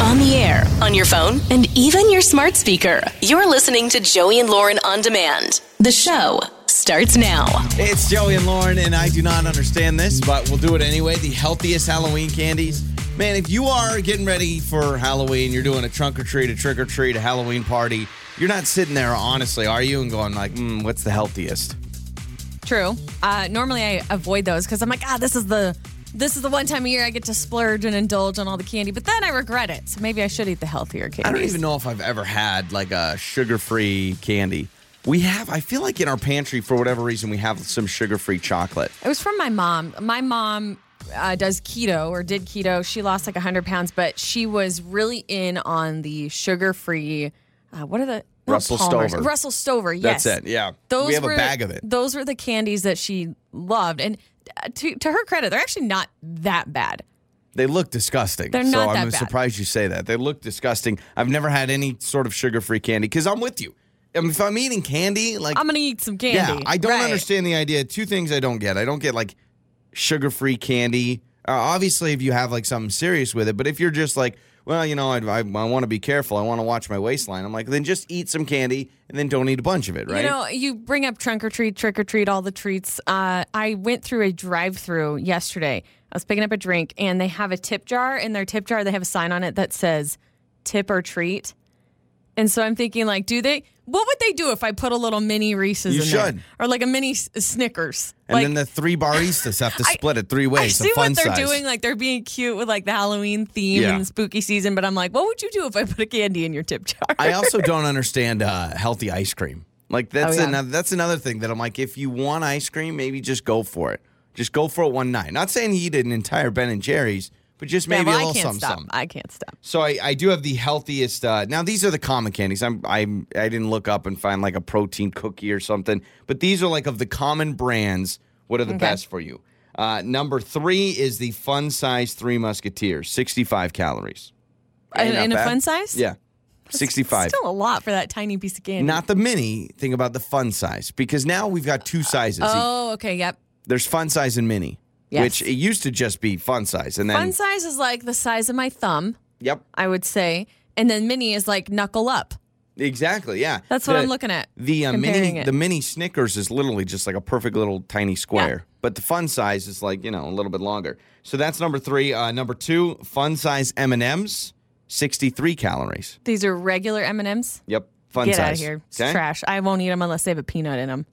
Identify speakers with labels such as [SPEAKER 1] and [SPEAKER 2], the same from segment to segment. [SPEAKER 1] on the air, on your phone, and even your smart speaker. You're listening to Joey and Lauren on demand. The show starts now.
[SPEAKER 2] It's Joey and Lauren, and I do not understand this, but we'll do it anyway. The healthiest Halloween candies. Man, if you are getting ready for Halloween, you're doing a trunk or treat, a trick or treat, a Halloween party, you're not sitting there, honestly, are you? And going, like, mm, what's the healthiest?
[SPEAKER 3] True. Uh, normally I avoid those because I'm like, ah, this is the this is the one time a year I get to splurge and indulge on all the candy. But then I regret it, so maybe I should eat the healthier candy.
[SPEAKER 2] I don't even know if I've ever had like a sugar free candy. We have, I feel like in our pantry, for whatever reason, we have some sugar free chocolate.
[SPEAKER 3] It was from my mom. My mom uh, does keto or did keto. She lost like 100 pounds, but she was really in on the sugar free. Uh, what are the not
[SPEAKER 2] Russell
[SPEAKER 3] Palmer's.
[SPEAKER 2] Stover.
[SPEAKER 3] Russell Stover. Yes,
[SPEAKER 2] That's it. Yeah. we have
[SPEAKER 3] were,
[SPEAKER 2] a bag of it.
[SPEAKER 3] Those were the candies that she loved, and uh, to to her credit, they're actually not that bad.
[SPEAKER 2] They look disgusting.
[SPEAKER 3] They're
[SPEAKER 2] so
[SPEAKER 3] not
[SPEAKER 2] I'm
[SPEAKER 3] that
[SPEAKER 2] gonna
[SPEAKER 3] bad.
[SPEAKER 2] surprise you say that. They look disgusting. I've never had any sort of sugar-free candy because I'm with you. I mean, if I'm eating candy, like
[SPEAKER 3] I'm gonna eat some candy.
[SPEAKER 2] yeah, I don't
[SPEAKER 3] Right.
[SPEAKER 2] understand the idea. Two things I don't get. I don't get like sugar-free candy. Uh, obviously, if you have like something serious with it, but if you're just like, well, you know, I, I, I want to be careful. I want to watch my waistline. I'm like, then just eat some candy and then don't eat a bunch of it, right?
[SPEAKER 3] You know, you bring up trunk or treat, trick or treat, all the treats. Uh, I went through a drive through yesterday. I was picking up a drink, and they have a tip jar. In their tip jar, they have a sign on it that says "tip or treat." And so I'm thinking, like, do they? What would they do if I put a little mini Reese's
[SPEAKER 2] You
[SPEAKER 3] in there?
[SPEAKER 2] should.
[SPEAKER 3] or like a mini S- uh, Snickers?
[SPEAKER 2] and
[SPEAKER 3] like,
[SPEAKER 2] then the three baristas have to
[SPEAKER 3] I-
[SPEAKER 2] split it three
[SPEAKER 3] I
[SPEAKER 2] ways.
[SPEAKER 3] see
[SPEAKER 2] a fun
[SPEAKER 3] what they're
[SPEAKER 2] size.
[SPEAKER 3] doing. Like they're being cute with like the Halloween theme
[SPEAKER 2] Yeah.
[SPEAKER 3] and the spooky season. But I'm like, what would you do if I put a candy in your tip jar?
[SPEAKER 2] I also don't understand uh, healthy ice cream. Like that's
[SPEAKER 3] Oh, yeah.
[SPEAKER 2] another that's another thing that I'm like, if you want ice cream, maybe just go for it. Just go for it one night. Not saying you eat an entire Ben and Jerry's, but just
[SPEAKER 3] Yeah,
[SPEAKER 2] maybe
[SPEAKER 3] well,
[SPEAKER 2] a little
[SPEAKER 3] I can't
[SPEAKER 2] something.
[SPEAKER 3] stop.
[SPEAKER 2] something.
[SPEAKER 3] I can't stop.
[SPEAKER 2] So I, I do have the healthiest. Uh, now these are the common candies. I'm I'm I didn't look up and find like a protein cookie or something, but these are like of the common brands. What are the best for you? Uh, number three is the fun size Three Musketeers, 65 calories.
[SPEAKER 3] In,
[SPEAKER 2] Ain't that
[SPEAKER 3] in a
[SPEAKER 2] bad.
[SPEAKER 3] fun size?
[SPEAKER 2] Yeah, 65.
[SPEAKER 3] Still a lot for that tiny piece of candy.
[SPEAKER 2] Not the mini. Think about the fun size because now we've got two sizes.
[SPEAKER 3] oh, okay, yep.
[SPEAKER 2] There's fun size and mini,
[SPEAKER 3] Yes.
[SPEAKER 2] which it used to just be fun size, and then
[SPEAKER 3] Fun size is like the size of my thumb,
[SPEAKER 2] yep,
[SPEAKER 3] I would say, and then mini is like knuckle up.
[SPEAKER 2] exactly, yeah.
[SPEAKER 3] That's what
[SPEAKER 2] The-
[SPEAKER 3] I'm looking at.
[SPEAKER 2] The uh,
[SPEAKER 3] comparing
[SPEAKER 2] mini,
[SPEAKER 3] it.
[SPEAKER 2] the mini Snickers is literally just like a perfect little tiny square, but the fun size is like you know a little bit longer. So that's number three. Uh, number two, fun size M and M's, 63 calories.
[SPEAKER 3] These are regular M and M's.
[SPEAKER 2] Yep, fun
[SPEAKER 3] Get
[SPEAKER 2] size.
[SPEAKER 3] out of here. It's
[SPEAKER 2] Okay?
[SPEAKER 3] trash. I won't eat them unless they have a peanut in them.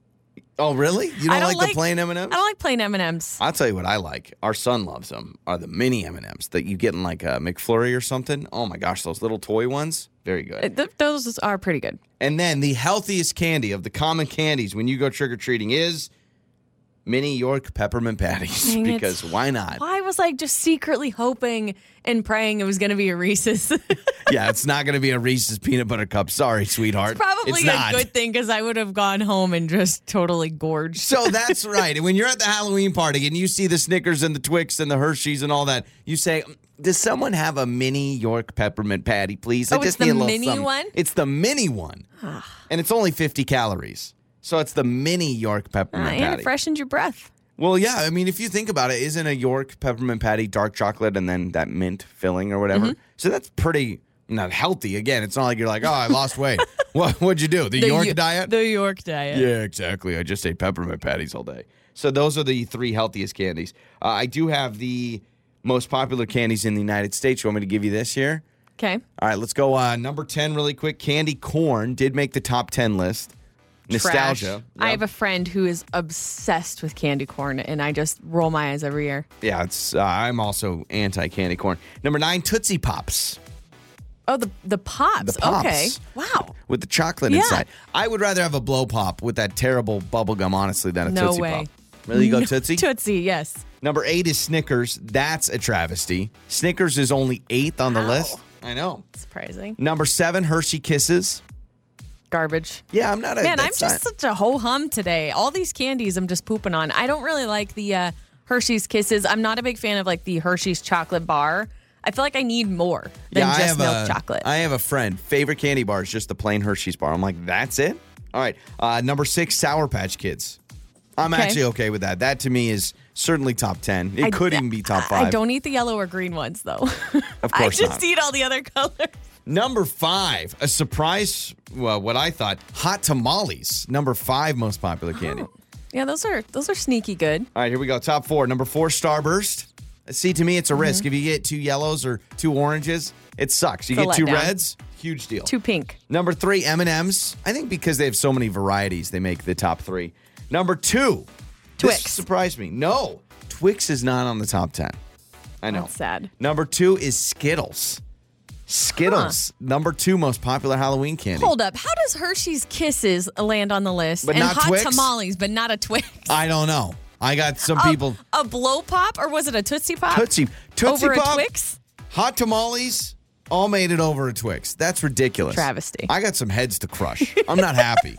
[SPEAKER 2] Oh really? You don't,
[SPEAKER 3] I don't
[SPEAKER 2] like, the
[SPEAKER 3] like-
[SPEAKER 2] plain M and
[SPEAKER 3] I
[SPEAKER 2] M's?
[SPEAKER 3] don't like plain M and M's.
[SPEAKER 2] I'll tell you what I like. Our son loves them. Are the mini M and M's that you get in like a McFlurry or something? Oh my gosh, those little toy ones, very good.
[SPEAKER 3] Those are pretty good.
[SPEAKER 2] And then the healthiest candy of the common candies when you go trick or treating is mini York peppermint patties.
[SPEAKER 3] Dang it.
[SPEAKER 2] because why not?
[SPEAKER 3] I was like just secretly hoping and praying it was going to be a Reese's.
[SPEAKER 2] yeah, it's not going to be a Reese's peanut butter cup. Sorry, sweetheart.
[SPEAKER 3] Probably
[SPEAKER 2] It's
[SPEAKER 3] a
[SPEAKER 2] not.
[SPEAKER 3] good thing because I would have gone home and just totally gorged.
[SPEAKER 2] So that's right. And when you're at the Halloween party and you see the Snickers and the Twix and the Hershey's and all that, you say, "Mm, "Does someone have a mini York peppermint patty, please? I
[SPEAKER 3] Oh, it's
[SPEAKER 2] just
[SPEAKER 3] the
[SPEAKER 2] need a little
[SPEAKER 3] mini
[SPEAKER 2] something."
[SPEAKER 3] one?
[SPEAKER 2] It's the mini one, and it's only 50 calories. So it's the mini York
[SPEAKER 3] Uh,
[SPEAKER 2] peppermint
[SPEAKER 3] and
[SPEAKER 2] patty.
[SPEAKER 3] it freshened your breath.
[SPEAKER 2] well, yeah. I mean, if you think about it, isn't a York peppermint patty dark chocolate and then that mint filling or whatever?
[SPEAKER 3] Mm-hmm.
[SPEAKER 2] So that's pretty not healthy. Again, it's not like you're like, "Oh, I lost weight." what? What'd you do? The, York
[SPEAKER 3] Yo-
[SPEAKER 2] diet?
[SPEAKER 3] The York diet.
[SPEAKER 2] Yeah, exactly. I just ate peppermint patties all day. So those are the three healthiest candies. Uh, I do have the most popular candies in the United States. You want me to give you this here?
[SPEAKER 3] Okay.
[SPEAKER 2] All right, let's go. Uh, number ten, really quick. Candy corn did make the top ten list. Nostalgia.
[SPEAKER 3] Trash.
[SPEAKER 2] Yep.
[SPEAKER 3] I have a friend who is obsessed with candy corn, and I just roll my eyes every year.
[SPEAKER 2] yeah, it's. Uh, I'm also anti candy corn. Number nine, Tootsie Pops
[SPEAKER 3] Oh, the the pops.
[SPEAKER 2] The pops.
[SPEAKER 3] Okay. Wow.
[SPEAKER 2] with the chocolate
[SPEAKER 3] Yeah.
[SPEAKER 2] inside. I would rather have a blow pop with that terrible bubble gum, honestly, than a
[SPEAKER 3] No
[SPEAKER 2] Tootsie
[SPEAKER 3] way.
[SPEAKER 2] Pop. Really, you go Tootsie?
[SPEAKER 3] Tootsie. Yes.
[SPEAKER 2] Number eight is Snickers. That's a travesty. Snickers is only eighth on the list. I know.
[SPEAKER 3] Surprising.
[SPEAKER 2] Number seven, Hershey Kisses.
[SPEAKER 3] Garbage.
[SPEAKER 2] Yeah, I'm not a
[SPEAKER 3] Man, I'm
[SPEAKER 2] that's
[SPEAKER 3] just
[SPEAKER 2] not-
[SPEAKER 3] such a ho hum today. All these candies, I'm just pooping on. I don't really like the uh, Hershey's Kisses. I'm not a big fan of like the Hershey's chocolate bar. I feel like I need more than
[SPEAKER 2] yeah, I
[SPEAKER 3] just
[SPEAKER 2] have
[SPEAKER 3] milk
[SPEAKER 2] a,
[SPEAKER 3] chocolate.
[SPEAKER 2] I have a friend. Favorite candy bar is just the plain Hershey's bar. I'm like, that's it. All right. Uh, number six, Sour Patch Kids. I'm
[SPEAKER 3] Okay.
[SPEAKER 2] actually okay with that. That to me is certainly top 10. It
[SPEAKER 3] I-
[SPEAKER 2] could even be top
[SPEAKER 3] I-
[SPEAKER 2] five.
[SPEAKER 3] I don't eat the yellow or green ones though.
[SPEAKER 2] Of
[SPEAKER 3] I
[SPEAKER 2] course not.
[SPEAKER 3] just eat all the other colors.
[SPEAKER 2] Number five, a surprise, well, what I thought, hot tamales. Number five most popular candy.
[SPEAKER 3] Oh. Yeah, those are those are sneaky good.
[SPEAKER 2] All right, here we go. Top four. Number four, Starburst. See, to me, it's a risk. If you get two yellows or two oranges, it sucks. You
[SPEAKER 3] Mm-hmm. It's a
[SPEAKER 2] get two
[SPEAKER 3] letdown.
[SPEAKER 2] reds, huge deal.
[SPEAKER 3] Too pink.
[SPEAKER 2] Number three, M and M's. I think because they have so many varieties, they make the top three. Number two,
[SPEAKER 3] Twix.
[SPEAKER 2] This surprised me. No, Twix is not on the top ten. I know.
[SPEAKER 3] That's sad.
[SPEAKER 2] Number two is Skittles. Skittles, number two most popular Halloween candy.
[SPEAKER 3] Hold up. How does Hershey's Kisses land on the list
[SPEAKER 2] But
[SPEAKER 3] and
[SPEAKER 2] not
[SPEAKER 3] hot
[SPEAKER 2] Twix?
[SPEAKER 3] tamales, but not a Twix?
[SPEAKER 2] I don't know. I got some people.
[SPEAKER 3] A blow pop or was it a Tootsie Pop?
[SPEAKER 2] Tootsie, Tootsie
[SPEAKER 3] over
[SPEAKER 2] Pop,
[SPEAKER 3] a Twix?
[SPEAKER 2] hot tamales, all made it over a Twix. That's ridiculous.
[SPEAKER 3] Travesty.
[SPEAKER 2] I got some heads to crush. I'm not happy.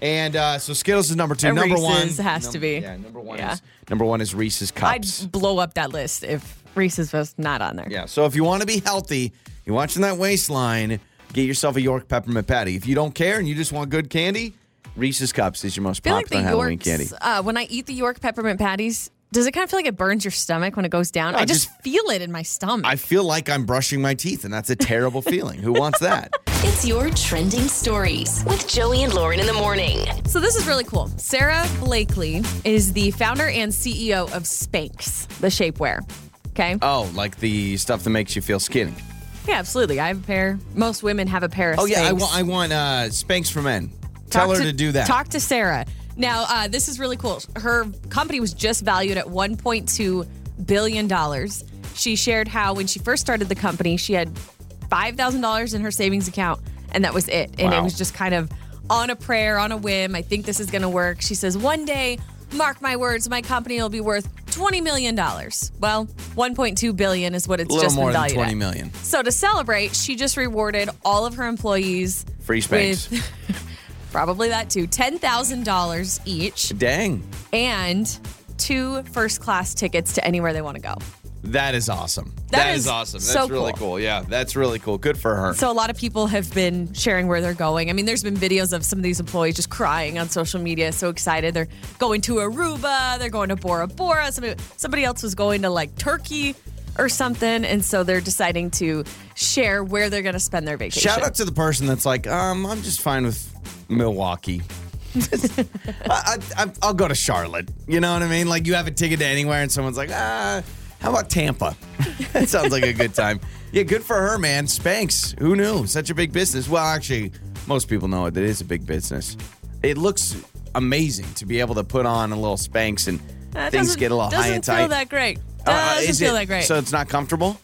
[SPEAKER 2] And uh, so Skittles is number two.
[SPEAKER 3] And
[SPEAKER 2] number
[SPEAKER 3] Reese's
[SPEAKER 2] one
[SPEAKER 3] has to be.
[SPEAKER 2] Yeah, number one
[SPEAKER 3] Yeah.
[SPEAKER 2] is number one is Reese's
[SPEAKER 3] I'd
[SPEAKER 2] cups.
[SPEAKER 3] blow up that list if Reese's was not on there.
[SPEAKER 2] Yeah. So if you want to be healthy, you're watching that waistline, get yourself a York peppermint patty. If you don't care and you just want good candy, Reese's cups is your most
[SPEAKER 3] I
[SPEAKER 2] popular
[SPEAKER 3] feel like the
[SPEAKER 2] Halloween
[SPEAKER 3] Yorks,
[SPEAKER 2] candy.
[SPEAKER 3] uh, when I eat the York peppermint patties, does it kind of feel like it burns your stomach when it goes down?
[SPEAKER 2] No,
[SPEAKER 3] I just,
[SPEAKER 2] just-
[SPEAKER 3] feel it in my stomach.
[SPEAKER 2] I feel like I'm brushing my teeth, and that's a terrible feeling. Who wants that?
[SPEAKER 1] It's your trending stories with Joey and Lauren in the morning.
[SPEAKER 3] So this is really cool. Sarah Blakely is the founder and CEO of Spanx, the shapewear. Okay.
[SPEAKER 2] Oh, like the stuff that makes you feel skinny.
[SPEAKER 3] yeah, absolutely. I have a pair. Most women have a pair of
[SPEAKER 2] Oh yeah, I
[SPEAKER 3] Spanx.
[SPEAKER 2] want I want uh, Spanx for men.
[SPEAKER 3] Talk
[SPEAKER 2] Tell her to, do that.
[SPEAKER 3] Talk to Sarah. Now, uh, this is really cool. Her company was just valued at $1.2 billion. She shared how when she first started the company, she had $5,000 in her savings account, and that was it. And
[SPEAKER 2] Wow.
[SPEAKER 3] it was just kind of on a prayer, on a whim. I think this is going to work. She says, one day, mark my words, my company will be worth $20 million. Well, $1.2 billion is what it's
[SPEAKER 2] a little
[SPEAKER 3] just
[SPEAKER 2] more
[SPEAKER 3] been
[SPEAKER 2] than
[SPEAKER 3] valued
[SPEAKER 2] twenty
[SPEAKER 3] at.
[SPEAKER 2] million.
[SPEAKER 3] So to celebrate, she just rewarded all of her employees
[SPEAKER 2] Free Spanx.
[SPEAKER 3] with probably that too, ten thousand dollars each
[SPEAKER 2] Dang,
[SPEAKER 3] and two first class tickets to anywhere they want to go.
[SPEAKER 2] that is awesome.
[SPEAKER 3] That
[SPEAKER 2] is,
[SPEAKER 3] is
[SPEAKER 2] awesome. That's
[SPEAKER 3] so
[SPEAKER 2] really
[SPEAKER 3] cool.
[SPEAKER 2] cool. Yeah, that's really cool. Good for her.
[SPEAKER 3] So a lot of people have been sharing where they're going. I mean, there's been videos of some of these employees just crying on social media, so excited. They're going to Aruba, they're going to Bora Bora. Somebody, somebody else was going to like Turkey or something, and so they're deciding to share where they're going to spend their vacation.
[SPEAKER 2] Shout out to the person that's like, um, I'm just fine with Milwaukee. I, I, I- I'll go to Charlotte. You know what I mean? Like you have a ticket to anywhere, and someone's like, ah, how about Tampa? that sounds like a good time. Yeah, good for her, man. Spanx. Who knew? Such a big business. Well, actually, most people know it. It is a big business. It looks amazing to be able to put on a little Spanx and
[SPEAKER 3] That
[SPEAKER 2] things
[SPEAKER 3] doesn't-
[SPEAKER 2] get a little high and
[SPEAKER 3] Doesn't
[SPEAKER 2] tight.
[SPEAKER 3] feel that great.
[SPEAKER 2] Uh, uh,
[SPEAKER 3] Doesn't
[SPEAKER 2] is
[SPEAKER 3] feel
[SPEAKER 2] it-
[SPEAKER 3] that great.
[SPEAKER 2] So it's not comfortable.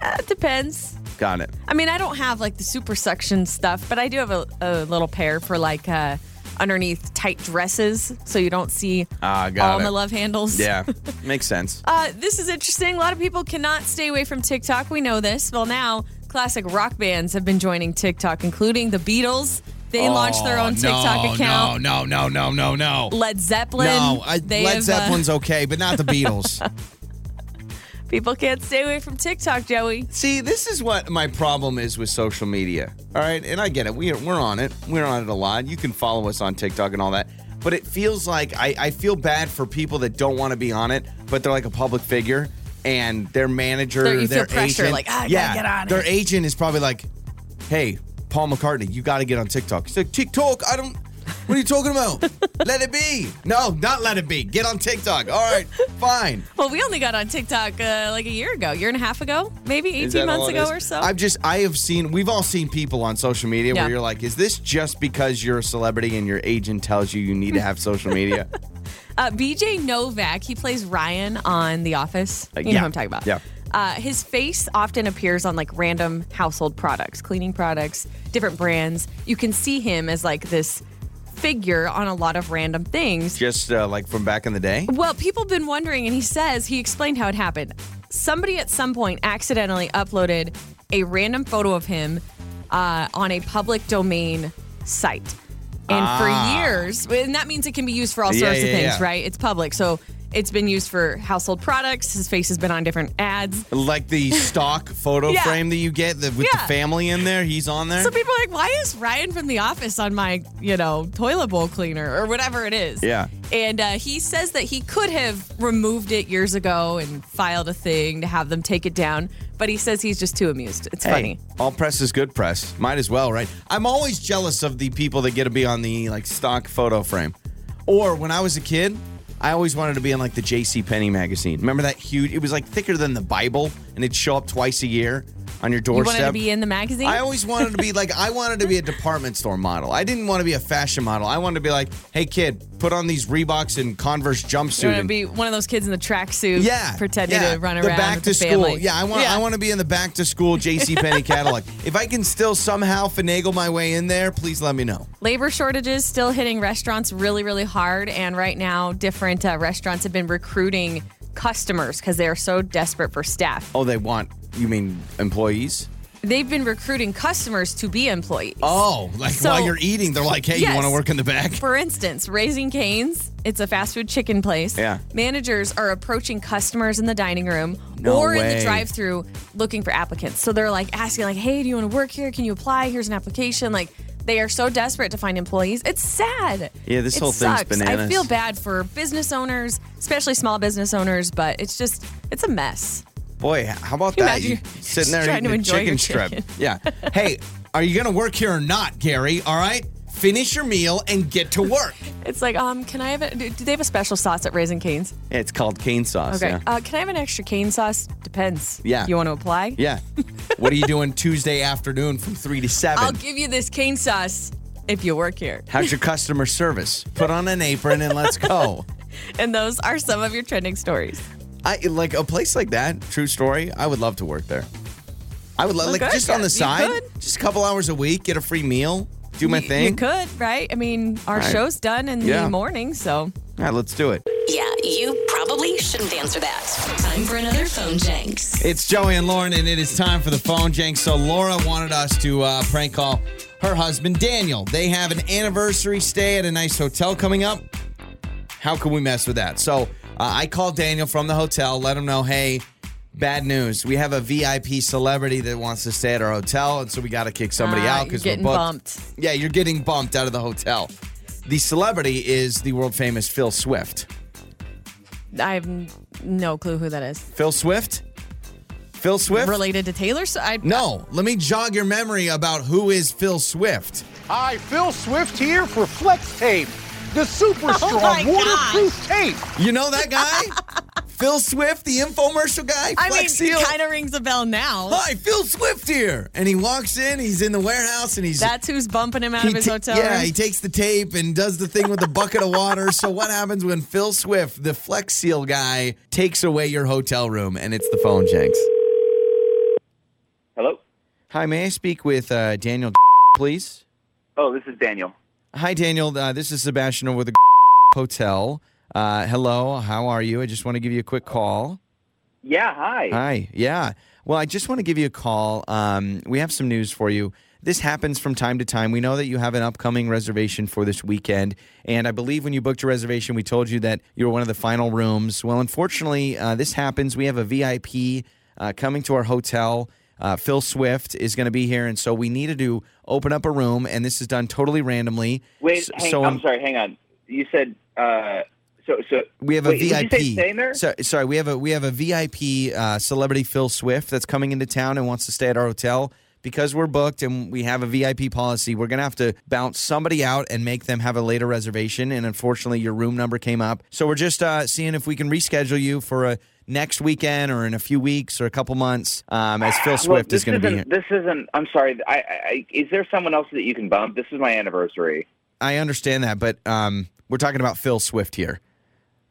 [SPEAKER 3] Uh, it depends.
[SPEAKER 2] Got it.
[SPEAKER 3] I mean, I don't have like the super suction stuff, but I do have a, a little pair for like uh, underneath tight dresses, so you don't see
[SPEAKER 2] Ah, got
[SPEAKER 3] all
[SPEAKER 2] it.
[SPEAKER 3] my love handles.
[SPEAKER 2] Yeah, makes sense.
[SPEAKER 3] Uh, this is interesting. A lot of people cannot stay away from TikTok. We know this. Well, now classic rock bands have been joining TikTok, including the Beatles. They launched their
[SPEAKER 2] Oh,
[SPEAKER 3] own TikTok
[SPEAKER 2] no,
[SPEAKER 3] account.
[SPEAKER 2] No, no, no, no, no, no.
[SPEAKER 3] Led Zeppelin.
[SPEAKER 2] no, I,
[SPEAKER 3] they
[SPEAKER 2] Led
[SPEAKER 3] have, uh,
[SPEAKER 2] Zeppelin's okay, but not the Beatles.
[SPEAKER 3] people can't stay away from TikTok, Joey.
[SPEAKER 2] See, this is what my problem is with social media. All right, and I get it. We are, we're on it. We're on it a lot. You can follow us on TikTok and all that. But it feels like I, I feel bad for people that don't want to be on it, but they're like a public figure and their manager,
[SPEAKER 3] There- you feel
[SPEAKER 2] their
[SPEAKER 3] pressure,
[SPEAKER 2] agent,
[SPEAKER 3] like, "Ah, I gotta
[SPEAKER 2] yeah,
[SPEAKER 3] get on
[SPEAKER 2] their
[SPEAKER 3] it."
[SPEAKER 2] agent is probably like, "Hey, Paul McCartney, you got to get on TikTok." He's like, "TikTok? I don't. What are you talking about? let it be. No, not let it be. Get on TikTok. All right, fine."
[SPEAKER 3] Well, we only got on TikTok uh, like a year ago, year and a half ago, maybe
[SPEAKER 2] Is that
[SPEAKER 3] 18 months
[SPEAKER 2] all it
[SPEAKER 3] ago
[SPEAKER 2] is?
[SPEAKER 3] or so.
[SPEAKER 2] I've just I have seen we've all seen people on social media
[SPEAKER 3] Yeah.
[SPEAKER 2] where you're like, is this just because you're a celebrity and your agent tells you you need to have social media?
[SPEAKER 3] Uh, BJ Novak, he plays Ryan on The Office.
[SPEAKER 2] Uh,
[SPEAKER 3] You
[SPEAKER 2] yeah.
[SPEAKER 3] know who I'm talking about.
[SPEAKER 2] Yeah.
[SPEAKER 3] Uh, his face often appears on like random household products, cleaning products, different brands. You can see him as like this figure on a lot of random things.
[SPEAKER 2] just uh, like from back in the day?
[SPEAKER 3] Well, people have been wondering, and he says he explained how it happened. Somebody at some point accidentally uploaded a random photo of him uh, on a public domain site. And
[SPEAKER 2] Ah.
[SPEAKER 3] for years, and that means it can be used for all
[SPEAKER 2] Yeah,
[SPEAKER 3] sorts of
[SPEAKER 2] Ah. yeah,
[SPEAKER 3] things,
[SPEAKER 2] yeah.
[SPEAKER 3] right? It's public. So It's been used for household products. His face has been on different ads.
[SPEAKER 2] Like the stock photo
[SPEAKER 3] Yeah.
[SPEAKER 2] frame that you get the, with
[SPEAKER 3] Yeah.
[SPEAKER 2] the family in there, he's on there.
[SPEAKER 3] So people are like, why is Ryan from The Office on my, you know, toilet bowl cleaner or whatever it is?
[SPEAKER 2] Yeah.
[SPEAKER 3] And uh, he says that he could have removed it years ago and filed a thing to have them take it down, but he says he's just too amused. It's funny.
[SPEAKER 2] All press is good press. Might as well, right? I'm always jealous of the people that get to be on the like stock photo frame. Or when I was a kid, I always wanted to be in like the J.C. Penney magazine. Remember that huge? It was like thicker than the Bible, and it'd show up twice a year on your
[SPEAKER 3] You
[SPEAKER 2] doorstep.
[SPEAKER 3] wanted to be in the magazine?
[SPEAKER 2] I always wanted to be like I wanted to be a department store model. I didn't want to be a fashion model. I wanted to be like, hey kid, put on these Reeboks and Converse jumpsuit.
[SPEAKER 3] you want to
[SPEAKER 2] and-
[SPEAKER 3] be one of those kids in the tracksuit,
[SPEAKER 2] yeah,
[SPEAKER 3] pretending
[SPEAKER 2] yeah.
[SPEAKER 3] to run around
[SPEAKER 2] the back
[SPEAKER 3] with
[SPEAKER 2] to
[SPEAKER 3] the
[SPEAKER 2] school.
[SPEAKER 3] family.
[SPEAKER 2] Yeah, I want I want to be in the back to school J.C. Penney catalog. If I can still somehow finagle my way in there, please let me know.
[SPEAKER 3] Labor shortages still hitting restaurants really, really hard. And right now, different uh, restaurants have been recruiting customers because they are so desperate for staff.
[SPEAKER 2] Oh, they want you mean employees?
[SPEAKER 3] They've been recruiting customers to be employees.
[SPEAKER 2] Oh, like
[SPEAKER 3] So-
[SPEAKER 2] while you're eating, they're like, hey, you
[SPEAKER 3] Yes.
[SPEAKER 2] want to work in the back?
[SPEAKER 3] For instance, Raising Canes, it's a fast food chicken place.
[SPEAKER 2] Yeah.
[SPEAKER 3] Managers are approaching customers in the dining room
[SPEAKER 2] No
[SPEAKER 3] or in
[SPEAKER 2] way.
[SPEAKER 3] the drive through looking for applicants. So they're like asking, like, hey, do you want to work here? Can you apply? Here's an application. Like they are so desperate to find employees. It's sad.
[SPEAKER 2] Yeah, this
[SPEAKER 3] It
[SPEAKER 2] whole thing's
[SPEAKER 3] sucks. I
[SPEAKER 2] bananas.
[SPEAKER 3] feel bad for business owners, especially small business owners, but it's just it's a mess.
[SPEAKER 2] Boy, how about
[SPEAKER 3] Can you
[SPEAKER 2] that?
[SPEAKER 3] imagine
[SPEAKER 2] You
[SPEAKER 3] you're
[SPEAKER 2] sitting there
[SPEAKER 3] just trying
[SPEAKER 2] eating
[SPEAKER 3] to
[SPEAKER 2] a
[SPEAKER 3] enjoy
[SPEAKER 2] chicken
[SPEAKER 3] your
[SPEAKER 2] strip.
[SPEAKER 3] chicken.
[SPEAKER 2] Yeah. hey, are you gonna work here or not, Gary? All right, finish your meal and get to work.
[SPEAKER 3] It's like, um, can I have a do do they have a special sauce at Raising Canes?
[SPEAKER 2] it's called cane sauce.
[SPEAKER 3] Okay.
[SPEAKER 2] Yeah.
[SPEAKER 3] Uh, can I have an extra cane sauce? Depends.
[SPEAKER 2] Yeah.
[SPEAKER 3] You want to apply?
[SPEAKER 2] Yeah. what are you doing Tuesday afternoon from three to 7
[SPEAKER 3] I'll give you this cane sauce if you work here.
[SPEAKER 2] How's your customer service? Put on an apron and let's go.
[SPEAKER 3] And those are some of your trending stories.
[SPEAKER 2] I like a place like that. True story. I would love to work there. I would love
[SPEAKER 3] Well,
[SPEAKER 2] like
[SPEAKER 3] good,
[SPEAKER 2] just on
[SPEAKER 3] yeah,
[SPEAKER 2] the
[SPEAKER 3] you
[SPEAKER 2] side,
[SPEAKER 3] could.
[SPEAKER 2] just a couple hours a week, get a free meal, do my
[SPEAKER 3] You-
[SPEAKER 2] thing.
[SPEAKER 3] You could, right? I mean, our
[SPEAKER 2] Right.
[SPEAKER 3] show's done in
[SPEAKER 2] Yeah.
[SPEAKER 3] the morning, so
[SPEAKER 2] All right, let's do it.
[SPEAKER 1] Yeah, you probably shouldn't answer that. Time for another phone janks.
[SPEAKER 2] It's Joey and Lauren, and it is time for the phone jank. So Laura wanted us to uh, prank call her husband Daniel. They have an anniversary stay at a nice hotel coming up. How can we mess with that? So uh, I called Daniel from the hotel, let him know, hey, bad news. We have a VIP celebrity that wants to stay at our hotel, and so we got to kick somebody
[SPEAKER 3] Ah,
[SPEAKER 2] out
[SPEAKER 3] you're
[SPEAKER 2] because we're
[SPEAKER 3] getting
[SPEAKER 2] booked.
[SPEAKER 3] bumped.
[SPEAKER 2] Yeah, you're getting bumped out of the hotel. The celebrity is the world famous Phil Swift.
[SPEAKER 3] I have n- no clue who that is.
[SPEAKER 2] Phil Swift. Phil Swift.
[SPEAKER 3] Related to Taylor? So I,
[SPEAKER 2] No, let me jog your memory about who is Phil Swift.
[SPEAKER 4] Hi, Phil Swift here for Flex Tape, the super
[SPEAKER 3] my
[SPEAKER 4] strong waterproof tape.
[SPEAKER 2] You know that guy? Phil Swift, the infomercial guy?
[SPEAKER 3] I mean,
[SPEAKER 2] Flex Seal.
[SPEAKER 3] kind of rings a bell now.
[SPEAKER 2] Hi, Phil Swift here. And he walks in, he's in the warehouse, and he's.
[SPEAKER 3] That's who's bumping him out
[SPEAKER 2] he
[SPEAKER 3] of his
[SPEAKER 2] ta-
[SPEAKER 3] hotel
[SPEAKER 2] yeah,
[SPEAKER 3] room.
[SPEAKER 2] he takes the tape and does the thing with the bucket of water. So, what happens when Phil Swift, the Flex Seal guy, takes away your hotel room and it's the phone janks?
[SPEAKER 5] Hello.
[SPEAKER 2] Hi, may I speak with uh, Daniel, please?
[SPEAKER 5] Oh, this is Daniel.
[SPEAKER 2] Hi, Daniel. Uh, this is Sebastian over the hotel. Uh, hello, how are you? I just want to give you a quick call.
[SPEAKER 5] Yeah. Hi.
[SPEAKER 2] Hi. Yeah. Well, I just want to give you a call. Um, we have some news for you. This happens from time to time. We know that you have an upcoming reservation for this weekend. And I believe when you booked your reservation, we told you that you were one of the final rooms. Well, unfortunately, uh, this happens. We have a VIP uh, coming to our hotel. Uh, Phil Swift is going to be here. And so we needed to open up a room. And this is done totally randomly.
[SPEAKER 5] Wait.
[SPEAKER 2] S-
[SPEAKER 5] hang,
[SPEAKER 2] so
[SPEAKER 5] I'm sorry. Hang on. You said. Uh, so. So.
[SPEAKER 2] we have
[SPEAKER 5] wait,
[SPEAKER 2] a VIP.
[SPEAKER 5] Did you say staying there?
[SPEAKER 2] So- sorry, we have a we have a VIP uh, celebrity Phil Swift that's coming into town and wants to stay at our hotel. Because we're booked and we have a VIP policy, we're gonna have to bounce somebody out and make them have a later reservation. And unfortunately, your room number came up, so we're just uh, seeing if we can reschedule you for a next weekend or in a few weeks or a couple months. Um, as Phil
[SPEAKER 5] Look,
[SPEAKER 2] Swift
[SPEAKER 5] this
[SPEAKER 2] is gonna be here.
[SPEAKER 5] isn't- This isn't. I'm sorry. I, I, I. Is there someone else that you can bump? This is my anniversary.
[SPEAKER 2] I understand that, but um, we're talking about Phil Swift here.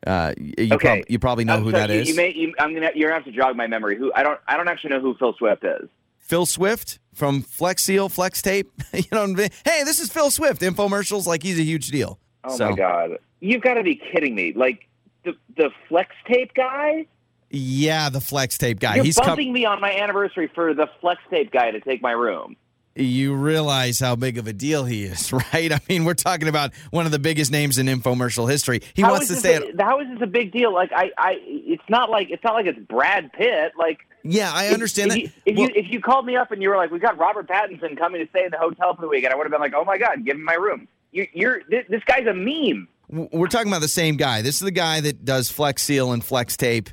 [SPEAKER 2] Uh, y- you,
[SPEAKER 5] Okay.
[SPEAKER 2] prob- you probably know
[SPEAKER 5] I'm
[SPEAKER 2] who
[SPEAKER 5] sorry,
[SPEAKER 2] that
[SPEAKER 5] you,
[SPEAKER 2] is.
[SPEAKER 5] You may. You, I'm gonna. You're gonna have to jog my memory. Who? I don't. I don't actually know who Phil Swift is.
[SPEAKER 2] Phil Swift from Flex Seal, Flex Tape. you know what I mean? Hey, this is Phil Swift. Infomercials, like he's a huge deal.
[SPEAKER 5] Oh
[SPEAKER 2] So,
[SPEAKER 5] my god. You've got to be kidding me. Like the the flex tape guy.
[SPEAKER 2] Yeah, the Flex Tape guy.
[SPEAKER 5] You're
[SPEAKER 2] Uh, he's com-
[SPEAKER 5] bumping me on my anniversary for the flex tape guy to take my room.
[SPEAKER 2] you realize how big of a deal he is, right? I mean, we're talking about one of the biggest names in infomercial history. He
[SPEAKER 5] How
[SPEAKER 2] wants
[SPEAKER 5] is
[SPEAKER 2] to
[SPEAKER 5] this
[SPEAKER 2] stay at
[SPEAKER 5] a- how is this a big deal? Like I, I, it's not like it's not like it's Brad Pitt. Like
[SPEAKER 2] Yeah, I understand
[SPEAKER 5] if,
[SPEAKER 2] that.
[SPEAKER 5] You, if
[SPEAKER 2] Well-
[SPEAKER 5] you if you called me up and you were like, "We got Robert Pattinson coming to stay in the hotel for the weekend," I would have been like, "Oh my god, give him my room." You're, you're this, this guy's a meme.
[SPEAKER 2] w- we're talking about the same guy. This is the guy that does Flex Seal and Flex Tape.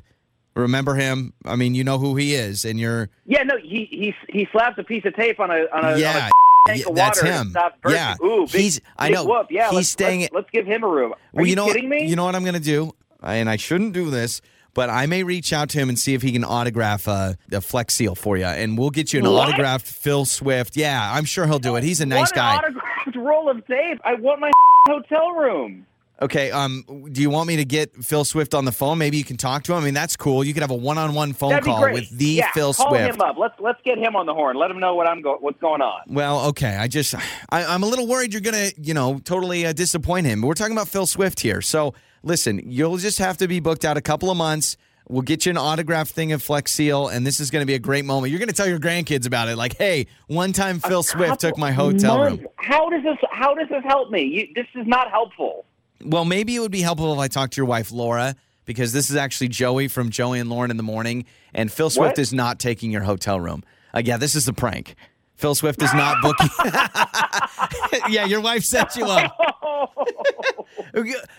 [SPEAKER 2] Remember him? I mean, you know who he is, and you're
[SPEAKER 5] Yeah, no, he he he slaps a piece of tape on a on a,
[SPEAKER 2] yeah,
[SPEAKER 5] on a
[SPEAKER 2] yeah,
[SPEAKER 5] tank of water
[SPEAKER 2] that's
[SPEAKER 5] and
[SPEAKER 2] him.
[SPEAKER 5] stops bursting.
[SPEAKER 2] Yeah,
[SPEAKER 5] Ooh, big,
[SPEAKER 2] he's I
[SPEAKER 5] big
[SPEAKER 2] know
[SPEAKER 5] Whoop. Yeah,
[SPEAKER 2] he's
[SPEAKER 5] let's,
[SPEAKER 2] staying.
[SPEAKER 5] Let's, let's give him a room. Are
[SPEAKER 2] well,
[SPEAKER 5] you,
[SPEAKER 2] know,
[SPEAKER 5] kidding me?
[SPEAKER 2] You know what I'm gonna do, and I shouldn't do this, but I may reach out to him and see if he can autograph a, a Flex Seal for you, and we'll get you an
[SPEAKER 5] What?
[SPEAKER 2] autographed Phil Swift. Yeah, I'm sure he'll do it. He's a nice
[SPEAKER 5] what
[SPEAKER 2] guy.
[SPEAKER 5] An autographed roll of tape. I want my hotel room.
[SPEAKER 2] Okay. Um. Do you want me to get Phil Swift on the phone? Maybe you can talk to him. I mean, that's cool. You could have a one-on-one phone
[SPEAKER 5] That'd
[SPEAKER 2] call
[SPEAKER 5] be great.
[SPEAKER 2] with the
[SPEAKER 5] yeah,
[SPEAKER 2] Phil
[SPEAKER 5] call
[SPEAKER 2] Swift.
[SPEAKER 5] him up. Let's let's get him on the horn. Let him know what I'm go- what's going on.
[SPEAKER 2] Well, okay. I just, I, I'm a little worried you're gonna, you know, totally uh, disappoint him. We're talking about Phil Swift here, so listen, you'll just have to be booked out a couple of months. We'll get you an autograph thing of Flex Seal, and this is going to be a great moment. You're going to tell your grandkids about it, like, "Hey, one time Phil Swift took my hotel
[SPEAKER 5] Month.
[SPEAKER 2] room."
[SPEAKER 5] How does this how does this help me? You, this is not helpful.
[SPEAKER 2] Well, maybe it would be helpful if I talked to your wife, Laura, because this is actually Joey from Joey and Lauren in the morning, and Phil Swift
[SPEAKER 5] What?
[SPEAKER 2] is not taking your hotel room. Uh, yeah, this is the prank. Phil Swift is not booking. yeah, your wife set you up.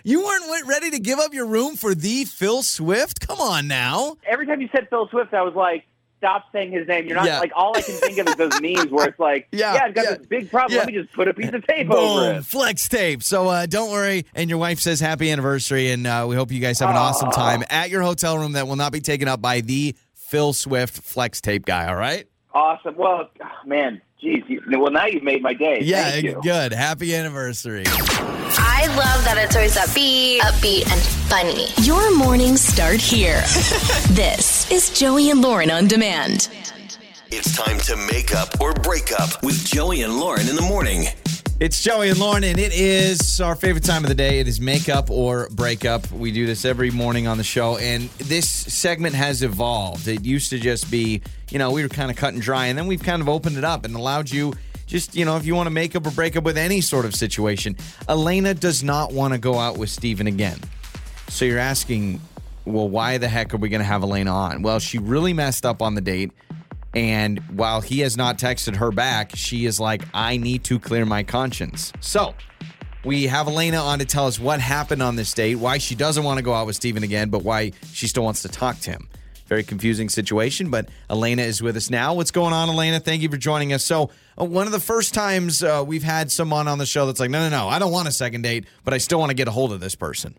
[SPEAKER 2] You weren't wi- ready to give up your room for the Phil Swift? Come on now.
[SPEAKER 5] Every time you said Phil Swift, I was like, stop saying his name. You're not
[SPEAKER 2] Yeah.
[SPEAKER 5] like all I can think of is those memes where it's like,
[SPEAKER 2] Yeah,
[SPEAKER 5] I've got
[SPEAKER 2] yeah,
[SPEAKER 5] this big problem. Let me
[SPEAKER 2] yeah.
[SPEAKER 5] just put a piece of tape over
[SPEAKER 2] Boom,
[SPEAKER 5] it.
[SPEAKER 2] flex tape. So uh, don't worry. And your wife says happy anniversary, and uh, we hope you guys have an
[SPEAKER 5] Ah.
[SPEAKER 2] awesome time at your hotel room that will not be taken up by the Phil Swift flex tape guy, all right?
[SPEAKER 5] Awesome. Well, ah, man, geez. You, well, now you've made my day.
[SPEAKER 2] Yeah,
[SPEAKER 5] Thank you.
[SPEAKER 2] good. Happy anniversary.
[SPEAKER 6] I love that it's always upbeat, upbeat, and funny.
[SPEAKER 1] Your mornings start here. this is Joey and Lauren on demand.
[SPEAKER 7] It's time to make up or break up with Joey and Lauren in the morning.
[SPEAKER 2] It's Joey and Lauren, and it is our favorite time of the day. It is makeup or breakup. We do this every morning on the show, and this segment has evolved. It used to just be, you know, we were kind of cut and dry, and then we've kind of opened it up and allowed you just, you know, if you want to make up or break up with any sort of situation. Elena does not want to go out with Steven again. So you're asking, well, why the heck are we going to have Elena on? Well, she really messed up on the date. And while he has not texted her back, she is like, I need to clear my conscience. So we have Elena on to tell us what happened on this date, why she doesn't want to go out with Steven again, but why she still wants to talk to him. Very confusing situation, but Elena is with us now. What's going on, Elena? Thank you for joining us. So, uh, one of the first times uh, we've had someone on the show that's like, no, no, no, I don't want a second date, but I still want to get a hold of this person.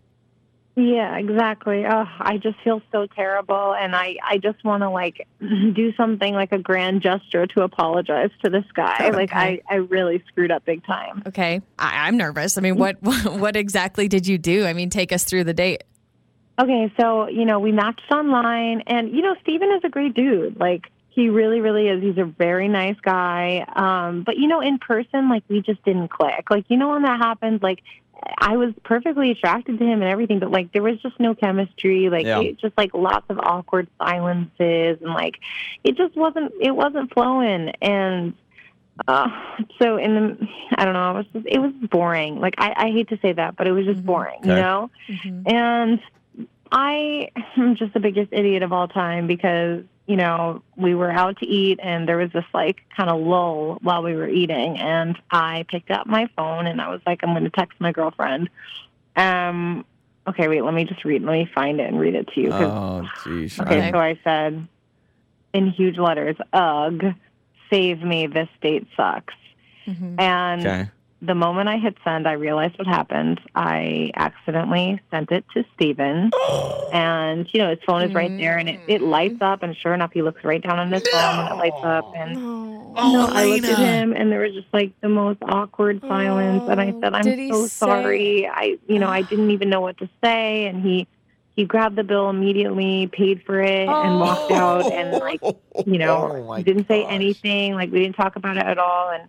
[SPEAKER 8] Yeah, exactly. Oh, I just feel so terrible, and I I just want to like do something like a grand gesture to apologize to this guy. Like I I really screwed up big time.
[SPEAKER 3] Okay, I, I'm nervous. I mean, what what exactly did you do? I mean, take us through the date.
[SPEAKER 8] Okay, so you know we matched online, and you know Steven is a great dude. Like he really, really is. He's a very nice guy. Um, but you know in person, like we just didn't click. Like you know when that happens, like I was perfectly attracted to him and everything, but like there was just no chemistry. Like
[SPEAKER 2] Yeah.
[SPEAKER 8] it, just like lots of awkward silences, and like it just wasn't it wasn't flowing. And uh, so in the I don't know, it was just, it was boring. Like I, I hate to say that, but it was just
[SPEAKER 3] Mhm.
[SPEAKER 8] boring. You
[SPEAKER 2] Mm-hmm. Okay.
[SPEAKER 8] know. Mm-hmm. And I am just the biggest idiot of all time because, you know, we were out to eat and there was this like kind of lull while we were eating. And I picked up my phone and I was like, I'm going to text my girlfriend. Um, okay, wait, let me just read. Let me find it and read it to you.
[SPEAKER 2] Oh,
[SPEAKER 8] 'cause-
[SPEAKER 2] geez.
[SPEAKER 8] okay,
[SPEAKER 3] I'm-
[SPEAKER 8] so I said in huge letters, ugh, save me. This date sucks. And
[SPEAKER 2] Okay.
[SPEAKER 8] the moment I hit send, I realized what happened. I accidentally sent it to Steven. and, you know, his phone is right there and it, it lights up. And sure enough, he looks right down on his phone and it lights up. And no, I looked at him and there was just like the most awkward silence. and I said, I'm
[SPEAKER 3] Oh, Did he
[SPEAKER 8] so
[SPEAKER 3] say-
[SPEAKER 8] sorry. I, you know, I didn't even know what to say. And he, he grabbed the bill immediately, paid for it, and walked out. And like, you
[SPEAKER 2] Oh,
[SPEAKER 8] know,
[SPEAKER 2] my
[SPEAKER 8] he didn't say
[SPEAKER 2] gosh.
[SPEAKER 8] anything. Like we didn't talk about it at all. And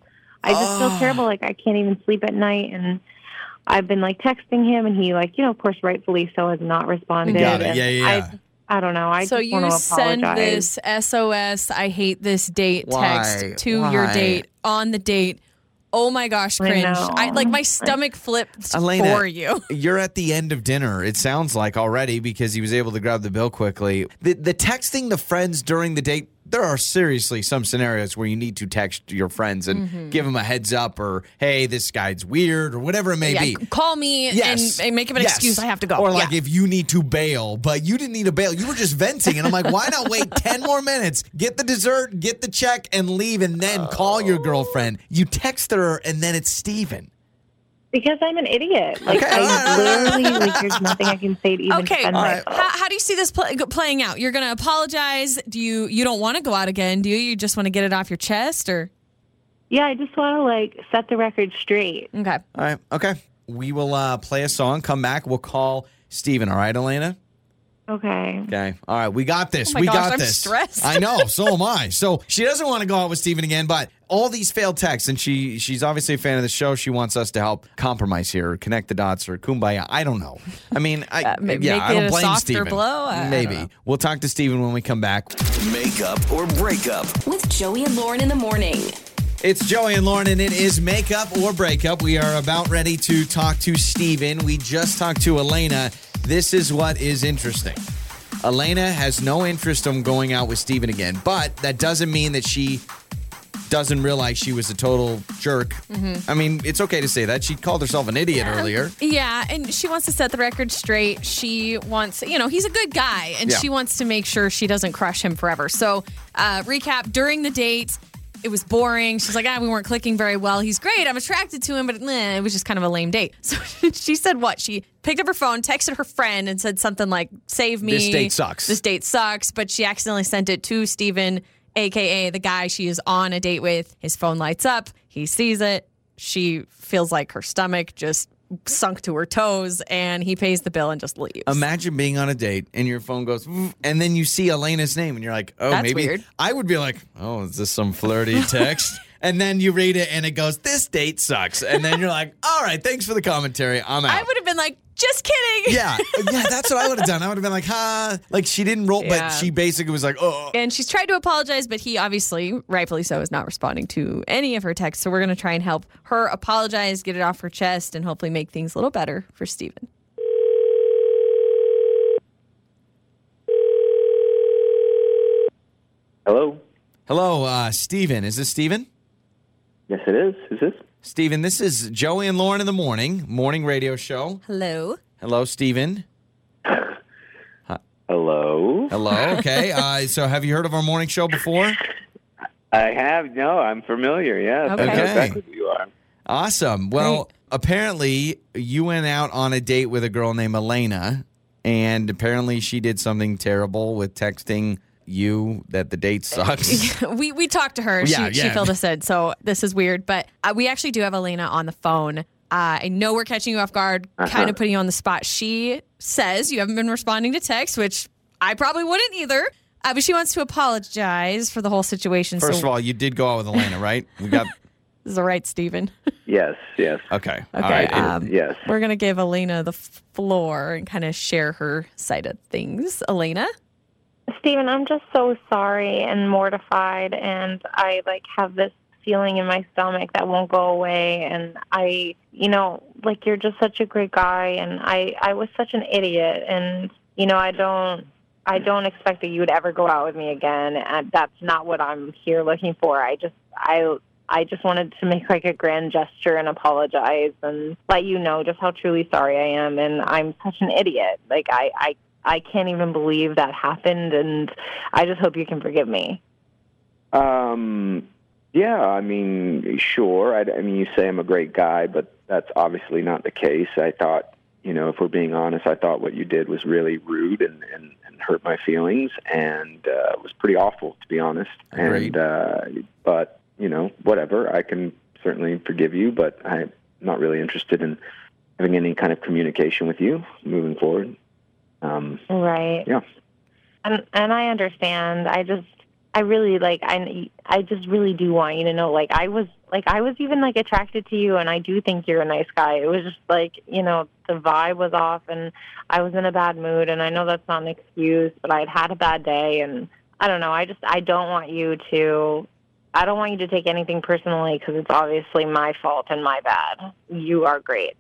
[SPEAKER 8] I just
[SPEAKER 2] Ah.
[SPEAKER 8] feel terrible. Like I can't even sleep at night. And I've been like texting him, and he like, you know, of course, rightfully so, has not responded.
[SPEAKER 2] Got it.
[SPEAKER 8] And
[SPEAKER 2] Yeah, yeah,
[SPEAKER 8] I,
[SPEAKER 2] yeah.
[SPEAKER 8] just- I don't know. I
[SPEAKER 3] so
[SPEAKER 8] just
[SPEAKER 3] you
[SPEAKER 8] want to
[SPEAKER 3] send
[SPEAKER 8] apologize.
[SPEAKER 3] this SOS, I hate this date
[SPEAKER 2] Why?
[SPEAKER 3] text to
[SPEAKER 2] Why?
[SPEAKER 3] your date on the date. Oh my gosh,
[SPEAKER 8] I
[SPEAKER 3] cringe!
[SPEAKER 8] know.
[SPEAKER 3] I, like my stomach flipped
[SPEAKER 2] Elena,
[SPEAKER 3] for you.
[SPEAKER 2] You're at the end of dinner, it sounds like already, because he was able to grab the bill quickly. The, the texting the friends during the date, there are seriously some scenarios where you need to text your friends and
[SPEAKER 3] Mm-hmm.
[SPEAKER 2] give them a heads up or, hey, this guy's weird or whatever it may
[SPEAKER 3] Yeah,
[SPEAKER 2] be.
[SPEAKER 3] call me
[SPEAKER 2] Yes.
[SPEAKER 3] and, and make up an
[SPEAKER 2] Yes.
[SPEAKER 3] excuse. I have to go.
[SPEAKER 2] Or like
[SPEAKER 3] Yeah.
[SPEAKER 2] if you need to bail, but you didn't need to bail. You were just venting. And I'm like, why not wait 10 more minutes, get the dessert, get the check, and leave, and then call
[SPEAKER 3] Oh.
[SPEAKER 2] your girlfriend? You text her, and then it's Steven.
[SPEAKER 8] Because I'm an idiot. Like
[SPEAKER 2] Okay.
[SPEAKER 8] I literally like there's nothing I can say to even
[SPEAKER 3] okay,
[SPEAKER 8] defend
[SPEAKER 2] right.
[SPEAKER 8] myself.
[SPEAKER 3] how, how do you see this pl- playing out? You're gonna apologize? Do you you don't want to go out again? Do you? You just want to get it off your chest? Or
[SPEAKER 8] Yeah, I just want to like set the record straight.
[SPEAKER 3] okay,
[SPEAKER 2] All right. Okay. We will uh, play a song, come back. We'll call Steven. All right, Elena?
[SPEAKER 8] Okay.
[SPEAKER 2] Okay. All right. We got this.
[SPEAKER 3] Oh my
[SPEAKER 2] we
[SPEAKER 3] gosh,
[SPEAKER 2] got
[SPEAKER 3] I'm
[SPEAKER 2] this.
[SPEAKER 3] stressed.
[SPEAKER 2] I know. So am I. So she doesn't want to go out with Steven again, but all these failed texts, and she she's obviously a fan of the show. She wants us to help compromise here, or connect the dots, or kumbaya. I don't know. I mean, I,
[SPEAKER 3] Uh, ma-
[SPEAKER 2] yeah,
[SPEAKER 3] make
[SPEAKER 2] I don't
[SPEAKER 3] it a
[SPEAKER 2] blame
[SPEAKER 3] softer
[SPEAKER 2] Steven.
[SPEAKER 3] blow? I- I don't
[SPEAKER 2] Maybe.
[SPEAKER 3] know.
[SPEAKER 2] We'll talk to Steven when we come back.
[SPEAKER 7] Makeup or breakup.
[SPEAKER 1] With Joey and Lauren in the morning.
[SPEAKER 2] It's Joey and Lauren, and it is makeup or breakup. We are about ready to talk to Steven. We just talked to Elena. This is what is interesting. Elena has no interest in going out with Steven again, but that doesn't mean that she doesn't realize she was a total jerk. I mean, it's okay to say that. She called herself an idiot earlier.
[SPEAKER 3] yeah, and she wants to set the record straight. She wants, you know, he's a good guy, and
[SPEAKER 2] Yeah.
[SPEAKER 3] she wants to make sure she doesn't crush him forever. So, uh, recap during the date. It was boring. She's like, ah, we weren't clicking very well. He's great. I'm attracted to him, but eh, it was just kind of a lame date. So she said what? She picked up her phone, texted her friend, and said something like, save me.
[SPEAKER 2] This date sucks.
[SPEAKER 3] This date sucks. But she accidentally sent it to Steven, AKA the guy she is on a date with. His phone lights up. He sees it. She feels like her stomach just sunk to her toes and he pays the bill and just leaves.
[SPEAKER 2] Imagine being on a date and your phone goes, "Vroom," and then you see Elena's name and you're like, oh,
[SPEAKER 3] That's
[SPEAKER 2] maybe.
[SPEAKER 3] weird.
[SPEAKER 2] I would be like, oh, is this some flirty text? and then you read it and it goes, this date sucks. And then you're like, all right, thanks for the commentary. I'm out.
[SPEAKER 3] I would have been like, just kidding.
[SPEAKER 2] yeah, yeah, that's what I would have done. I would have been like, huh? Like she didn't roll, but
[SPEAKER 3] Yeah.
[SPEAKER 2] she basically was like, oh,
[SPEAKER 3] And she's tried to apologize, but he obviously, rightfully so, is not responding to any of her texts. So we're going to try and help her apologize, get it off her chest, and hopefully make things a little better for Steven.
[SPEAKER 5] Hello.
[SPEAKER 2] hello, uh, Steven. Is this Steven?
[SPEAKER 5] Yes, it is. Is this?
[SPEAKER 2] Steven, this is Joey and Lauren in the morning, morning radio show.
[SPEAKER 3] Hello.
[SPEAKER 2] Hello, Steven.
[SPEAKER 5] Hello.
[SPEAKER 2] Hello. Okay. Uh, so have you heard of our morning show before?
[SPEAKER 5] I have no. I'm familiar. Yes, I
[SPEAKER 3] Okay.
[SPEAKER 5] know exactly who you are.
[SPEAKER 2] Awesome. Well, apparently you went out on a date with a girl named Elena, and apparently she did something terrible with texting you that the date sucks.
[SPEAKER 3] we we talked to her.
[SPEAKER 2] Yeah,
[SPEAKER 3] she, she
[SPEAKER 2] yeah.
[SPEAKER 3] filled us in. So this is weird, but uh, we actually do have Elena on the phone. Uh, I know we're catching you off guard,
[SPEAKER 2] Uh-huh.
[SPEAKER 3] kind of putting you on the spot. She says you haven't been responding to texts, which I probably wouldn't either. Uh, but she wants to apologize for the whole situation.
[SPEAKER 2] First
[SPEAKER 3] so
[SPEAKER 2] of all, you did go out with Elena, right? We got
[SPEAKER 3] this is all right, Steven.
[SPEAKER 5] Yes, yes.
[SPEAKER 2] okay. All
[SPEAKER 3] Okay.
[SPEAKER 2] right.
[SPEAKER 3] um,
[SPEAKER 5] yes.
[SPEAKER 3] We're gonna give Elena the f- floor and kind of share her side of things. Elena.
[SPEAKER 8] Steven, I'm just so sorry and mortified and I like have this feeling in my stomach that won't go away and I you know, like you're just such a great guy and I I was such an idiot and you know, I don't I don't expect that you would ever go out with me again and that's not what I'm here looking for. I just I I just wanted to make like a grand gesture and apologize and let you know just how truly sorry I am and I'm such an idiot. Like I I I can't even believe that happened, and I just hope you can forgive me.
[SPEAKER 5] Um, yeah, I mean, sure. I, I mean, you say I'm a great guy, but that's obviously not the case. I thought, you know, if we're being honest, I thought what you did was really rude and, and, and hurt my feelings, and uh, it was pretty awful, to be honest.
[SPEAKER 2] Agreed.
[SPEAKER 5] And uh, but you know, whatever. I can certainly forgive you, but I'm not really interested in having any kind of communication with you moving forward. Um,
[SPEAKER 8] Right.
[SPEAKER 5] yeah.
[SPEAKER 8] And and I understand. I just I really like I I just really do want you to know like I was like I was even like attracted to you and I do think you're a nice guy. It was just like, you know, the vibe was off and I was in a bad mood and I know that's not an excuse, but I'd had a bad day and I don't know. I just I don't want you to I don't want you to take anything personally because it's obviously my fault and my bad. You are great.